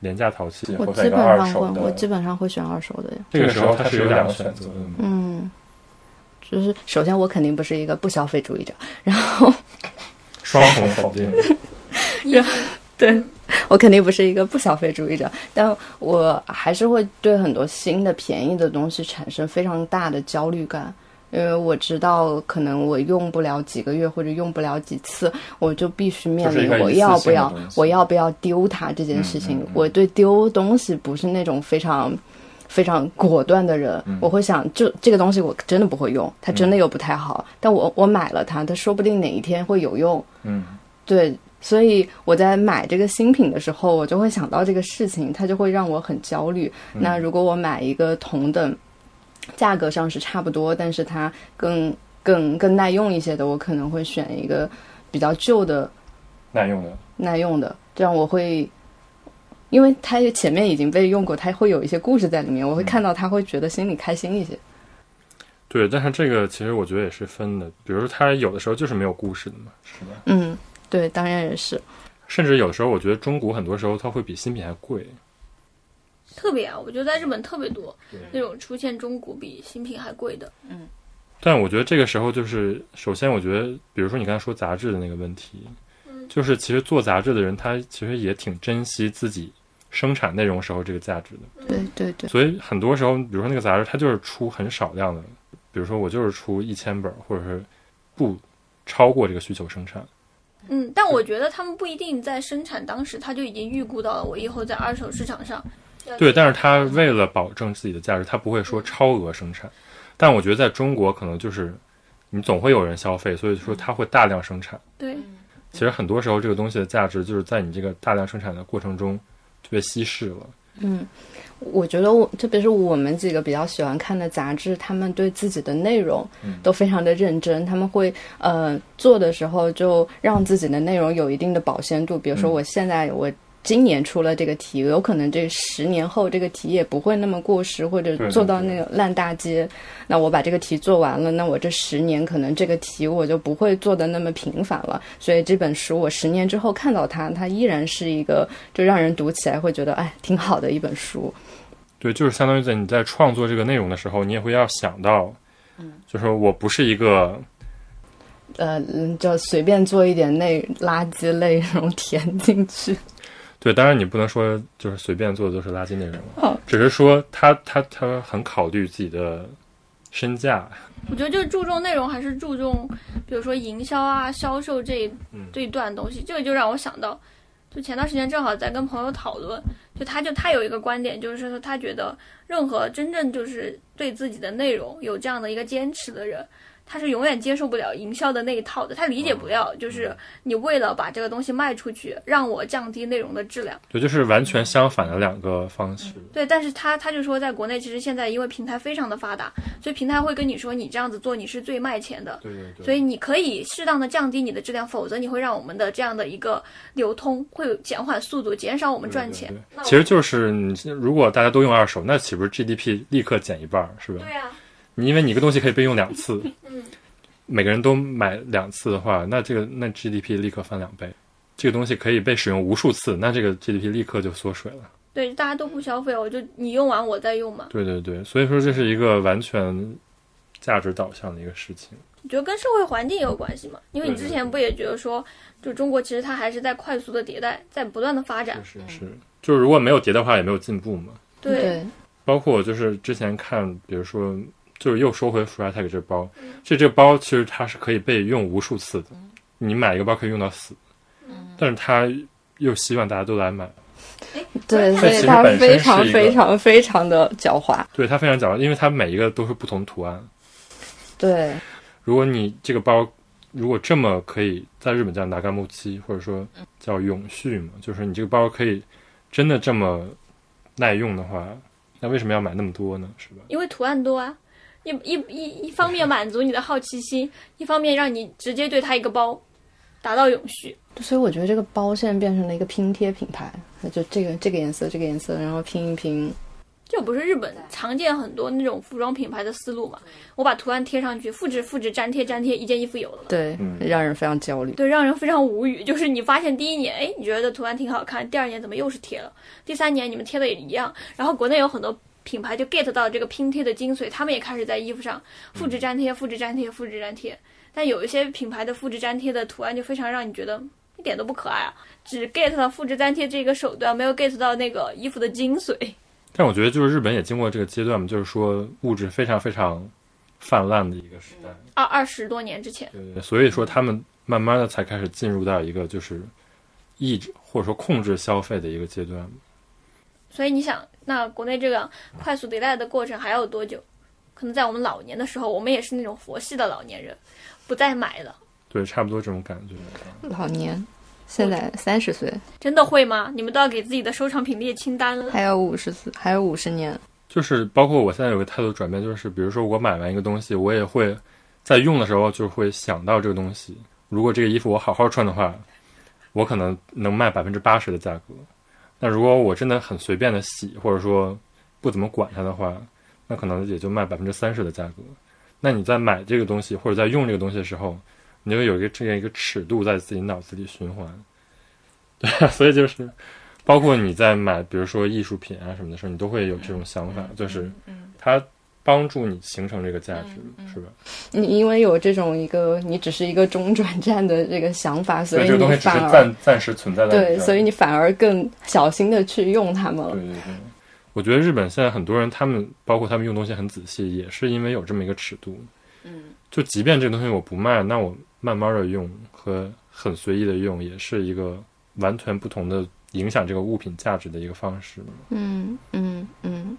C: 廉价陶器，
B: 我
C: 或者
B: 基
C: 一个
B: 本
C: 二
B: 上
C: 手
B: 会，我基
C: 的，
B: 本上会选二手的呀。
C: 这个时候它是有两个选择的嘛。
B: 嗯，就是首先我肯定不是一个不消费主义者，然后
C: 双重否定。
B: 对我肯定不是一个不消费主义者，但我还是会对很多新的便宜的东西产生非常大的焦虑感。因为我知道，可能我用不了几个月，或者用不了几次，我就必须面
C: 就是一
B: 临
C: 个
B: 我
C: 一次性的
B: 要不要
C: 东西，
B: 我要不要丢它这件事情。我对丢东西不是那种非常非常果断的人，我会想，就这个东西我真的不会用，它真的又不太好，但我我买了它，它说不定哪一天会有用。
C: 嗯，
B: 对，所以我在买这个新品的时候，我就会想到这个事情，它就会让我很焦虑。那如果我买一个同等价格上是差不多，但是它更更更耐用一些的，我可能会选一个比较旧的
C: 耐用的，
B: 耐用的，这样我会。因为它前面已经被用过，它会有一些故事在里面，我会看到它，会觉得心里开心一些。
C: 对，但是这个其实我觉得也是分的，比如说它有的时候就是没有故事的嘛，是吧？
B: 嗯，对，当然也是。
C: 甚至有时候我觉得中古很多时候它会比新品还贵，
A: 特别啊，我觉得在日本特别多那种出现中古比新品还贵
C: 嗯
A: 的。
C: 但我觉得这个时候就是，首先我觉得，比如说你刚才说杂志的那个问题，就是其实做杂志的人他其实也挺珍惜自己生产内容时候这个价值的，
B: 对对对，
C: 所以很多时候，比如说那个杂志它就是出很少量的，比如说我就是出一千本，或者是不超过这个需求生产。
A: 嗯，但我觉得他们不一定在生产当时他就已经预估到了我以后在二手市场上。
C: 对，但是他为了保证自己的价值，他不会说超额生产。但我觉得在中国可能就是，你总会有人消费，所以说他会大量生产。
A: 对，
C: 其实很多时候这个东西的价值就是在你这个大量生产的过程中就被稀释了。
B: 我觉得我，特别是我们几个比较喜欢看的杂志，他们对自己的内容
C: 嗯
B: 都非常的认真，他们会呃做的时候就让自己的内容有一定的保鲜度。比如说，
C: 嗯
B: 我现在我今年出了这个题，有可能这十年后这个题也不会那么过时，或者
C: 对
B: 做到那个烂大街。那我把这个题做完了，那我这十年可能这个题我就不会做的那么频繁了。所以这本书我十年之后看到它，它依然是一个就让人读起来会觉得哎挺好的一本书。
C: 对，就是相当于在你在创作这个内容的时候，你也会要想到，
A: 嗯
C: 就是我不是一个
B: 呃，嗯就随便做一点内垃圾内容填进 去。
C: 对，当然你不能说就是随便做的都是垃圾内容了，
B: 哦
C: 只是说他他他很考虑自己的身价。
A: 我觉得就是注重内容，还是注重，比如说营销啊、销售这一这一段东西。这个就让我想到，就前段时间正好在跟朋友讨论，就他就他有一个观点，就是说他觉得任何真正就是对自己的内容有这样的一个坚持的人，他是永远接受不了营销的那一套的，他理解不了，就是你为了把这个东西卖出去，让我降低内容的质量。
C: 对，就是完全相反的两个方式。
A: 对，但是他他就说，在国内其实现在因为平台非常的发达，所以平台会跟你说，你这样子做你是最卖钱的。
C: 对对对
A: 所以你可以适当的降低你的质量，否则你会让我们的这样的一个流通会有减缓速度，减少我们赚钱。
C: 对对其实就是你如果大家都用二手，那岂不是 GDP 立刻减一半儿，是吧？
A: 呀、
C: 你因为你一个东西可以被用两次，每个人都买两次的话，那这个那 GDP 立刻翻两倍。这个东西可以被使用无数次，那这个 GDP 立刻就缩水了。
A: 对，大家都不消费，我就你用完我再用嘛。
C: 对对对，所以说这是一个完全价值导向的一个事情。
A: 我觉得跟社会环境也有关系嘛，因为你
C: 对
A: 之
C: 对
A: 前
C: 对
A: 不也觉得说，就中国其实它还是在快速的迭代，在不断的发展。
C: 是是，就是如果没有迭代化，也没有进步嘛。
A: 对，
C: 包括就是之前看，比如说，就是又说回 Freitag 这包，这这包其实它是可以被用无数次的，你买一个包可以用到死，但是它又希望大家都来买，
B: 对，所
C: 但
B: 以
C: 其实
B: 它
C: 本身
B: 非
C: 是
B: 常
C: 一个
B: 非常非常的狡猾。
C: 对它非常讲究，因为它每一个都是不同图案。嗯
B: 对，
C: 如果你这个包如果这么可以在日本叫拿干木七，或者说叫永续嘛，就是你这个包可以真的这么耐用的话，那为什么要买那么多呢？是吧？
A: 因为图案多啊，一一一一方面满足你的好奇心，一方面让你直接对它一个包达到永续。
B: 所以我觉得这个包现在变成了一个拼贴品牌，那就这个这个颜色这个颜色，然后拼一拼。
A: 这不是日本常见很多那种服装品牌的思路嘛？我把图案贴上去，复制复制，粘贴粘贴，一件衣服有了嘛。
B: 对，让人非常焦虑。
A: 对，让人非常无语。就是你发现第一年，哎，你觉得图案挺好看，第二年怎么又是贴了？第三年你们贴的也一样。然后国内有很多品牌就 get 到这个拼贴的精髓，他们也开始在衣服上复制粘贴、复制粘贴、复制粘贴。但有一些品牌的复制粘贴的图案就非常让你觉得一点都不可爱啊，只 get 到复制粘贴这个手段，没有 get 到那个衣服的精髓。
C: 但我觉得就是日本也经过这个阶段嘛，就是说物质非常非常泛滥的一个时代，
A: 二二十多年之前，
C: 对所以说他们慢慢的才开始进入到一个就是抑制或者说控制消费的一个阶段。
A: 所以你想，那国内这个快速迭代的过程还有多久？可能在我们老年的时候，我们也是那种佛系的老年人，不再买了。
C: 对，差不多这种感觉。
B: 老年，现在三十岁，
A: 真的会吗？你们都要给自己的收藏品列清单了。
B: 还有五十岁，还有五十年。
C: 就是包括我现在有个态度转变，就是比如说我买完一个东西，我也会在用的时候就会想到这个东西。如果这个衣服我好好穿的话，我可能能卖百分之八十的价格。那如果我真的很随便的洗，或者说不怎么管它的话，那可能也就卖百分之三十的价格。那你在买这个东西或者在用这个东西的时候，你就有一个这样一个尺度在自己脑子里循环。 对啊，所以就是包括你在买，比如说艺术品啊什么的时候，你都会有这种想法，就是它帮助你形成这个价值，是吧？
B: 你因为有这种一个，你只是一个中转站的这个想法，所
C: 所
B: 以
C: 以这个东
B: 你
C: 西只是
B: 反而
C: 暂暂时存在在
B: 对，
C: 这儿
B: 所以你反而更小心的去用它们了
C: 对。对对。我觉得日本现在很多人，他们包括他们用东西很仔细，也是因为有这么一个尺度。嗯，就即便这个东西我不卖，那我慢慢的用和很随意的用，也是一个完全不同的影响这个物品价值的一个方式。
B: 嗯嗯嗯，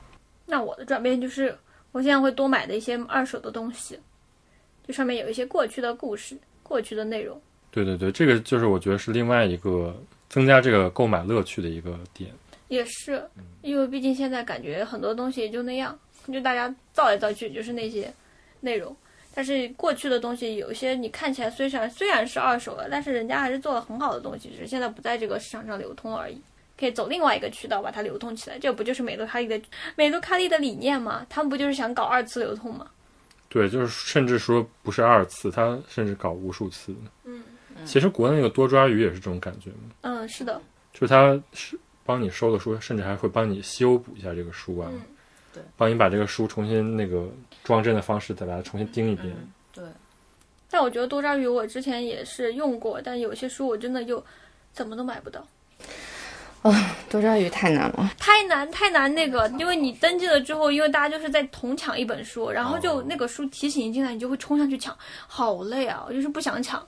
A: 那我的转变就是，我现在会多买的一些二手的东西，就上面有一些过去的故事、过去的内容。
C: 对对对，这个就是我觉得是另外一个增加这个购买乐趣的一个点。
A: 也是，因为毕竟现在感觉很多东西也就那样，就大家造来造去就是那些内容。但是过去的东西，有一些你看起来虽然虽然是二手了，但是人家还是做了很好的东西，只是现在不在这个市场上流通而已。可以走另外一个渠道把它流通起来，这不就是美杜卡利的美杜卡利的理念吗？他们不就是想搞二次流通吗？
C: 对，就是甚至说不是二次，他甚至搞无数次。
A: 嗯，
C: 其实国内那个多抓鱼也是这种感觉嘛，
A: 嗯，是的，
C: 就是他是帮你收了书，甚至还会帮你修补一下这个书啊，
A: 嗯
F: 对
C: 帮你把这个书重新那个装帧的方式再把它重新钉一遍。
F: 嗯对，
A: 但我觉得多抓鱼我之前也是用过，但有些书我真的就怎么都买不到。
B: 多抓鱼太难了。
A: 太难太难那个，因为你登记了之后，因为大家就是在同抢一本书，然后就那个书提醒一进来，你就会冲上去抢，好累啊！我就是不想抢，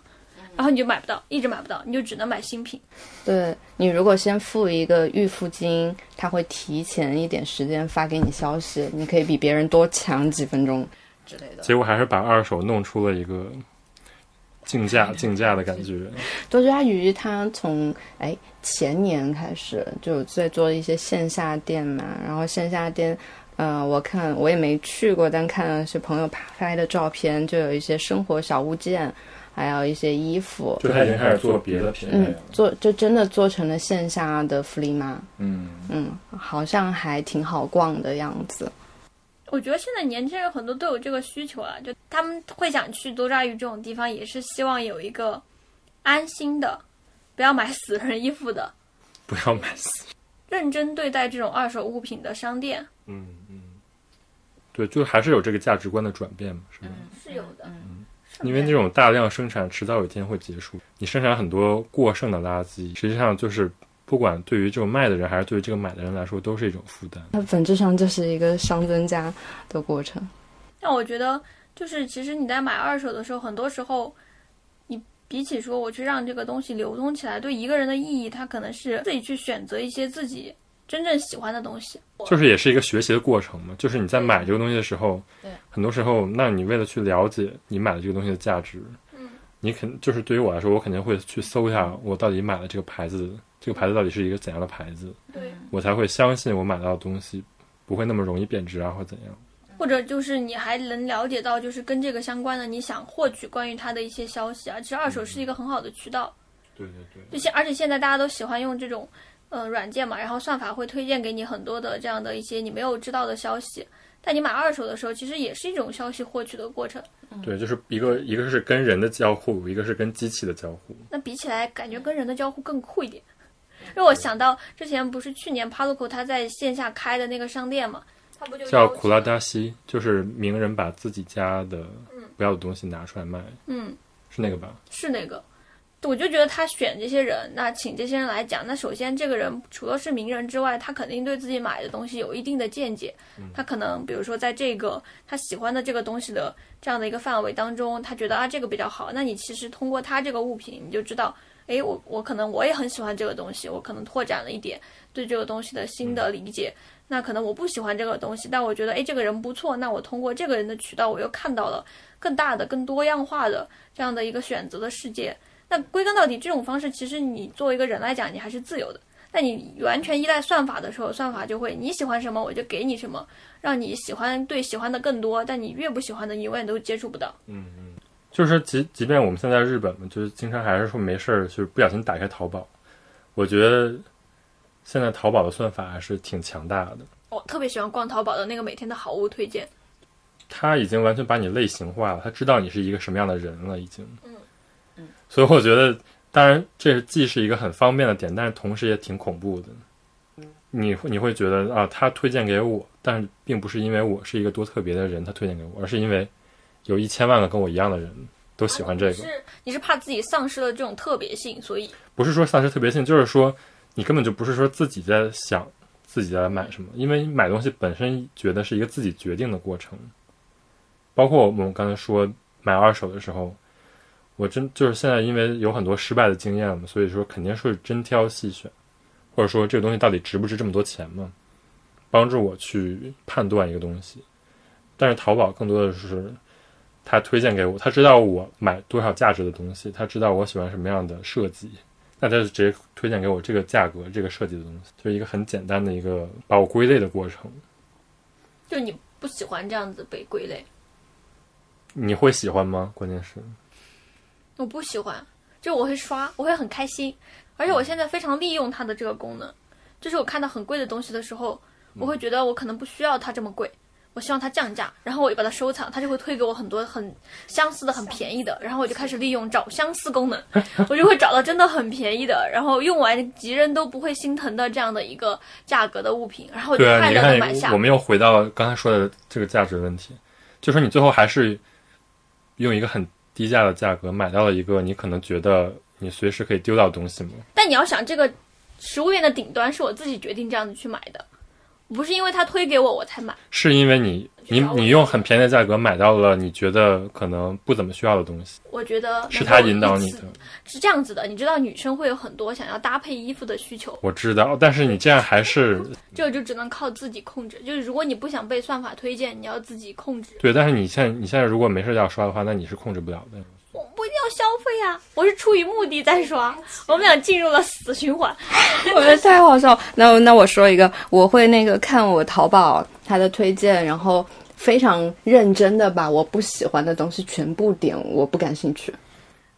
A: 然后你就买不到，一直买不到，你就只能买新品。
B: 对你如果先付一个预付金，他会提前一点时间发给你消息，你可以比别人多抢几分钟。
F: 之类的。
C: 结果还是把二手弄出了一个竞价竞价的感觉。
B: 多抓鱼它从哎前年开始就在做一些线下店嘛，然后线下店，呃，我看我也没去过，但看了是朋友拍的照片，就有一些生活小物件，还有一些衣服，
C: 就他已经开始做别的品类
B: 嗯
C: 了，，
B: 做就真的做成了线下的福利妈，
C: 嗯，
B: 嗯，好像还挺好逛的样子。
A: 我觉得现在年轻人很多都有这个需求啊，就他们会想去多抓鱼这种地方，也是希望有一个安心的，不要买死人衣服的，
C: 不要买死。
A: 认真对待这种二手物品的商店
C: 嗯嗯，对，就还是有这个价值观的转变嘛，是吧？
A: 是有的。
C: 因为这种大量生产迟早有一天会结束。你生产很多过剩的垃圾，实际上就是不管对于这种卖的人还是对于这个买的人来说，都是一种负担。
B: 它本质上就是一个熵增加的过程。
A: 但我觉得，就是其实你在买二手的时候，很多时候你比起说我去让这个东西流通起来，对一个人的意义，他可能是自己去选择一些自己真正喜欢的东西。
C: 就是也是一个学习的过程嘛。就是你在买这个东西的时候，很多时候，那你为了去了解你买的这个东西的价值，
A: 嗯，
C: 你肯就是对于我来说，我肯定会去搜一下我到底买了这个牌子，这个牌子到底是一个怎样的牌子，
A: 对，
C: 我才会相信我买到的东西不会那么容易贬值啊，或怎样。
A: 或者就是你还能了解到，就是跟这个相关的，你想获取关于它的一些消息啊。其实二手是一个很好的渠道，
C: 对对
A: 就
C: 对。
A: 现而且现在大家都喜欢用这种呃软件嘛，然后算法会推荐给你很多的这样的一些你没有知道的消息。但你买二手的时候，其实也是一种消息获取的过程。
C: 对，就是一个一个是跟人的交互，一个是跟机器的交互。
A: 那比起来，感觉跟人的交互更酷一点。因为我想到之前不是去年 Paluco 他在线下开的那个商店嘛，他不就
C: 叫
A: 邀请
C: 苦拉达西，就是名人把自己家的不要的东西拿出来卖，
A: 嗯，
C: 是那个吧？
A: 是那个。我就觉得他选这些人，那请这些人来讲，那首先这个人除了是名人之外，他肯定对自己买的东西有一定的见解。他可能比如说在这个他喜欢的这个东西的这样的一个范围当中，他觉得啊这个比较好，那你其实通过他这个物品，你就知道，诶，我我可能我也很喜欢这个东西，我可能拓展了一点对这个东西的新的理解。那可能我不喜欢这个东西，但我觉得诶这个人不错，那我通过这个人的渠道，我又看到了更大的、更多样化的这样的一个选择的世界。那归根到底，这种方式其实你作为一个人来讲，你还是自由的。但你完全依赖算法的时候，算法就会你喜欢什么我就给你什么，让你喜欢对喜欢的更多，但你越不喜欢的，你永远都接触不到。
C: 就是即即便我们现在日本嘛，就是经常还是说没事儿，就是不小心打开淘宝。我觉得现在淘宝的算法还是挺强大的，
A: 我哦特别喜欢逛淘宝的那个每天的好物推荐，
C: 它已经完全把你类型化了，它知道你是一个什么样的人了，已经。嗯嗯。所以我觉得，当然这既是一个很方便的点，但是同时也挺恐怖的。你会你会觉得啊，他推荐给我，但是并不是因为我是一个多特别的人，他推荐给我，而是因为有一千万个跟我一样的人都喜欢这个。
A: 是啊你是怕自己丧失了这种特别性，所以
C: 不是说丧失特别性，就是说你根本就不是说自己在想自己在买什么，因为买东西本身觉得是一个自己决定的过程。包括我们刚才说买二手的时候，我真就是现在因为有很多失败的经验嘛，所以说肯定是真挑细选，或者说这个东西到底值不值这么多钱嘛，帮助我去判断一个东西。但是淘宝更多的是他推荐给我，他知道我买多少价值的东西，他知道我喜欢什么样的设计，那他就直接推荐给我这个价格、这个设计的东西，就是一个很简单的一个把我归类的过程。
A: 就你不喜欢这样子被归类。
C: 你会喜欢吗？关键是，
A: 我不喜欢，就我会刷，我会很开心，而且我
C: 嗯
A: 现在非常利用它的这个功能，就是我看到很贵的东西的时候，我
C: 嗯
A: 会觉得我可能不需要它这么贵，我希望它降价，然后我就把它收藏，它就会推给我很多很相似的、很便宜的，然后我就开始利用找相似 功能，我就会找到真的很便宜的，然后用完急人都不会心疼的这样的一个价格的物品，然后我就
C: 对啊，
A: 快
C: 你
A: 乐的买
C: 看
A: 下
C: 我。们又回到刚才说的这个价值问题，就说你最后还是用一个很低价的价格买到了一个你可能觉得你随时可以丢掉的东西吗？
A: 但你要想，这个食物链的顶端是我自己决定这样子去买的，不是因为它推给我我才买。
C: 是因为你你你用很便宜的价格买到了你觉得可能不怎么需要的东西，
A: 我觉得
C: 是他引导你的。
A: 是这样子的，你知道女生会有很多想要搭配衣服的需求，
C: 我知道，但是你这样还是
A: 这个就只能靠自己控制。就是如果你不想被算法推荐，你要自己控制。
C: 对，但是你现在你现在如果没事要刷的话，那你是控制不了的。
A: 我不一定要消费啊，我是出于目的在 刷。我们俩进入了死循环。
B: 我觉得太好笑了。那那我说一个，我会那个看我淘宝它的推荐，然后非常认真的把我不喜欢的东西全部点，我不感兴趣。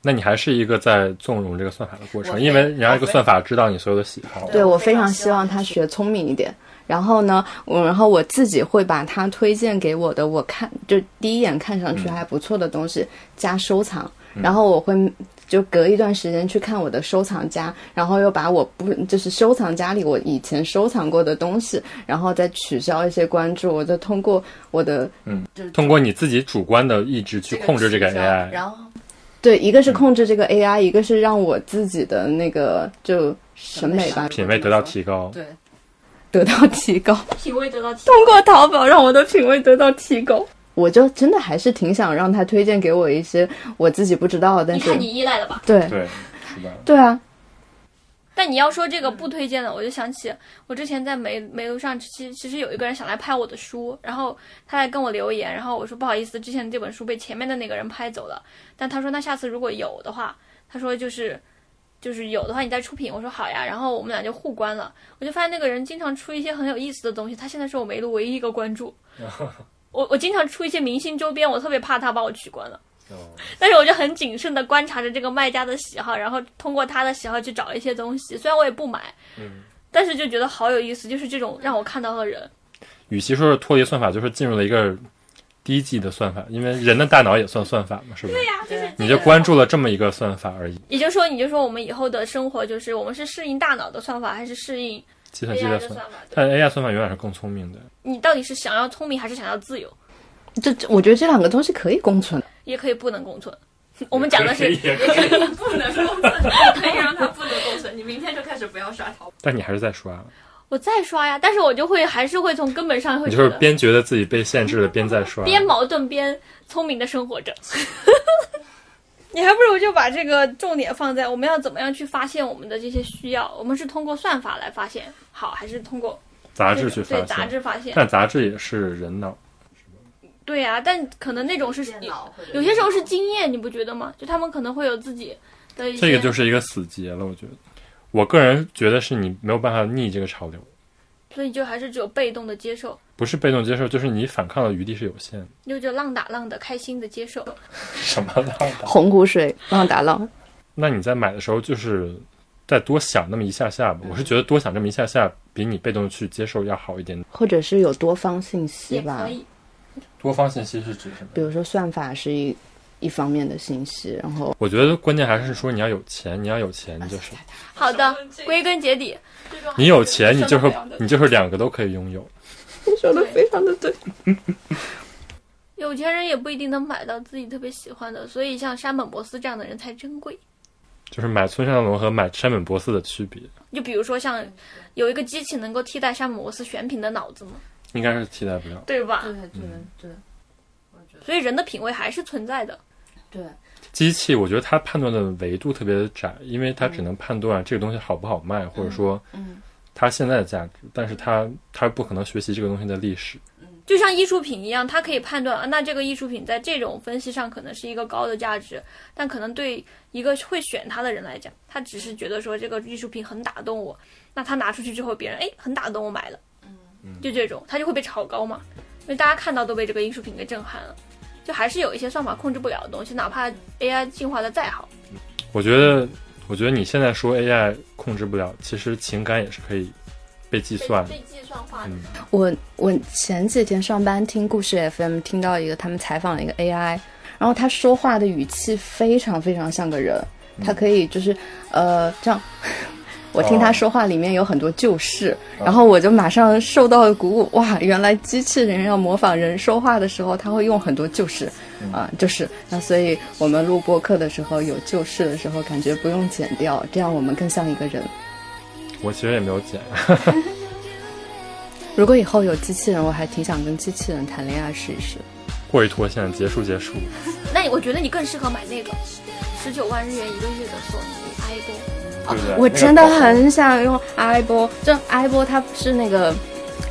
C: 那你还是一个在纵容这个算法的过
F: 我
C: 程，
F: 非
C: 因为你让这个算法知道你所有的喜好。
B: 对
F: 我
B: 我
F: 非
B: 非
F: 常
B: 常
F: 希
B: 希
F: 望
B: 望他学聪明一点。然后呢，我然后我自己会把他推荐给我的，我看就第一眼看上去还不错的东西、加收藏，然后我会就隔一段时间去看我的收藏夹，然后又把我不就是收藏夹里我以前收藏过的东西，然后再取消一些关注，我就通过我的
C: 通过你自己主观的意志去控制这个
F: 取消
C: AI，
F: 然后
B: 对，一个是控制这个 AI，、一个是让我自己的那个就审美吧
C: 品味得到提高。
F: 对，
B: 得到提高。
A: 品味得到提
B: 通过淘宝让我的品味得到提高。我就真的还是挺想让他推荐给我一些我自己不知道，但
A: 你
B: 是
A: 看你依赖了吧？
B: 对
C: 对，是吧？
B: 对啊，
A: 但你要说这个不推荐的，我就想起我之前在梅梅楼上，其其实有一个人想来拍我的书，然后他来跟我留言，然后我说不好意思，之前的这本书被前面的那个人拍走了，但他说那下次如果有的话，他说就是就是有的话你再出品，我说好呀，然后我们俩就互关了，我就发现那个人经常出一些很有意思的东西，他现在是我梅楼唯一一个关注，我我经常出一些明星周边，我特别怕他把我取关了。
C: 哦，
A: 但是我就很谨慎的观察着这个卖家的喜好，然后通过他的喜好去找一些东西。虽然我也不买，
C: 嗯，
A: 但是就觉得好有意思，就是这种让我看到的人。
C: 与其说是脱离算法，就是进入了一个低级的算法，因为人的大脑也算算法嘛，是吧？对呀、
E: 就是
C: 你就关注了这么一个算法而已，
A: 也就是说，你就说我们以后的生活就是我们是适应大脑的算法，还是适应
C: 计算机
A: AI
C: 的
A: 的
C: 算
A: 算法？
C: 法。
A: 对
C: 但 AI 算法永远是更聪明的，
A: 你到底是想要聪明，还是想要自由？
B: 这这我觉得这两个东西可以共存。
A: 也可以不能共存。我们讲的是，
E: 不能共存，可以让它不能共存。你明天就开始不要刷淘宝。
C: 但你还是在刷，
A: 我再刷呀，但是我就会还是会从根本上会
C: 你
A: 觉
C: 就是
A: 得
C: 边觉得自己被限制了，边在刷。
A: 边矛盾边聪明的生活着。 你还不如就把这个重点放在我们要怎么样去发现我们的这些需要，我们是通过算法来发现好，还是通过
C: 杂
A: 这
C: 志
A: 个
C: 去
A: 对
C: 发
A: 杂
C: 现，
A: 志发现？
C: 但杂志也是人脑。
A: 对啊，但可能那种是
E: 电脑或者
A: 有些时候是经验，你不觉得吗？就他们可能会有自己的一些，
C: 这个就是一个死结了，我觉得。我个人觉得是你没有办法逆这个潮流，
A: 所以就还是只有被动的接受，
C: 不是被动接受，就是你反抗的余地是有限的。
A: 就就浪打浪的开心的接受。
C: 什么浪打？
B: 红谷水浪打浪，
C: 那你在买的时候就是再多想那么一下下吧。我是觉得多想这么一下下，比你被动地去接受要好一点。
B: 或者是有多方信息
A: 也
B: 吧
A: 可，以，
C: 多方信息是指什
B: 比
C: 么？
B: 如说算法是一一方面的信息，然后
C: 我觉得关键还是说你要有钱，你要有钱，就是
A: 好的
E: 我们这，个
A: 归根结底，
C: 你有钱，你就是
E: 这种还是
C: 你就是两个都可以拥有。
B: 你说的非常的对。
A: 有钱人也不一定能买到自己特别喜欢的，所以像山本博斯这样的人才珍贵。
C: 就是买村上龙和买山本博司的区别，
A: 就比如说像有一个机器能够替代山本博斯选品的脑子嘛，
C: 应该是替代不了。
A: 对吧？
E: 对对
C: 嗯
E: 对，我觉得
A: 所以人的品味还是存在的。
E: 对。
C: 机器，我觉得它判断的维度特别窄，因为它只能判断这个东西好不好卖，或者说，
E: 嗯
C: 它现在的价值，但是它它不可能学习这个东西的历史。
A: 就像艺术品一样，它可以判断啊，那这个艺术品在这种分析上可能是一个高的价值，但可能对一个会选它的人来讲，他只是觉得说这个艺术品很打动我，那他拿出去之后，别人哎很打动我买了，嗯，就这种，他就会被炒高嘛，因为大家看到都被这个艺术品给震撼了，就还是有一些算法控制不了的东西，哪怕 AI 进化的再好，
C: 我觉得，我觉得你现在说 AI 控制不了，其实情感也是可以被计算的。
A: 计算化
C: 的嗯
B: 我我前几天上班听故事 FM，听到一个他们采访了一个 AI，然后他说话的语气非常非常像个人，他可以就是呃这样。我听他说话里面有很多旧事，然后我就马上受到了鼓舞。哇，原来机器人要模仿人说话的时候，他会用很多旧事，啊、就是那所以我们录播课的时候有旧事的时候，感觉不用剪掉，这样我们更像一个人。
C: 我其实也没有剪，啊
B: 如果以后有机器人，我还挺想跟机器人谈恋爱试一试。
C: 过于脱线，结束结束。
A: 那你我觉得你更适合买那个十九万日元一个月的索尼 i p o
C: 对不对
B: 我真的很想用 i 波，就 i 波它是那个，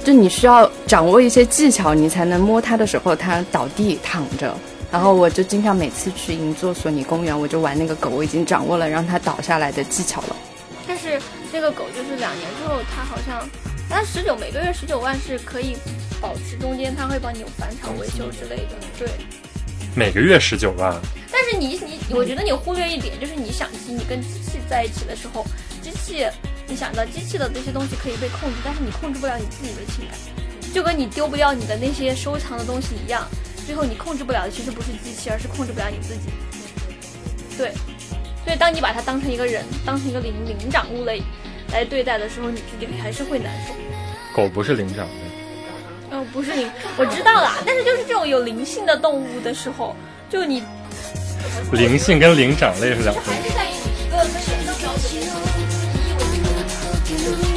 B: 就你需要掌握一些技巧，你才能摸它的时候它倒地躺着。然后我就经常每次去银座索尼公园，我就玩那个狗，我已经掌握了让它倒下来的技巧了。
A: 但是那个狗就是两年之后，它好像，但十九每个月十九万是可以保持，中间它会帮你有返厂维修之类的。对，
C: 每个月十九万，
A: 但是你你，我觉得你忽略一点，就是你想起你跟机器在一起的时候，机器，你想到机器的这些东西可以被控制，但是你控制不了你自己的情感，就跟你丢不掉你的那些收藏的东西一样，最后你控制不了的其实不是机器，而是控制不了你自己。对，所以当你把它当成一个人，当成一个灵灵长物类来对待的时候，你自己还是会难受。
C: 狗不是灵长类，
A: 嗯、不是灵，我知道啦，但是就是这种有灵性的动物的时候，就你
C: 灵性跟灵长类是两回事。
A: 在一个跟人的标准。
F: you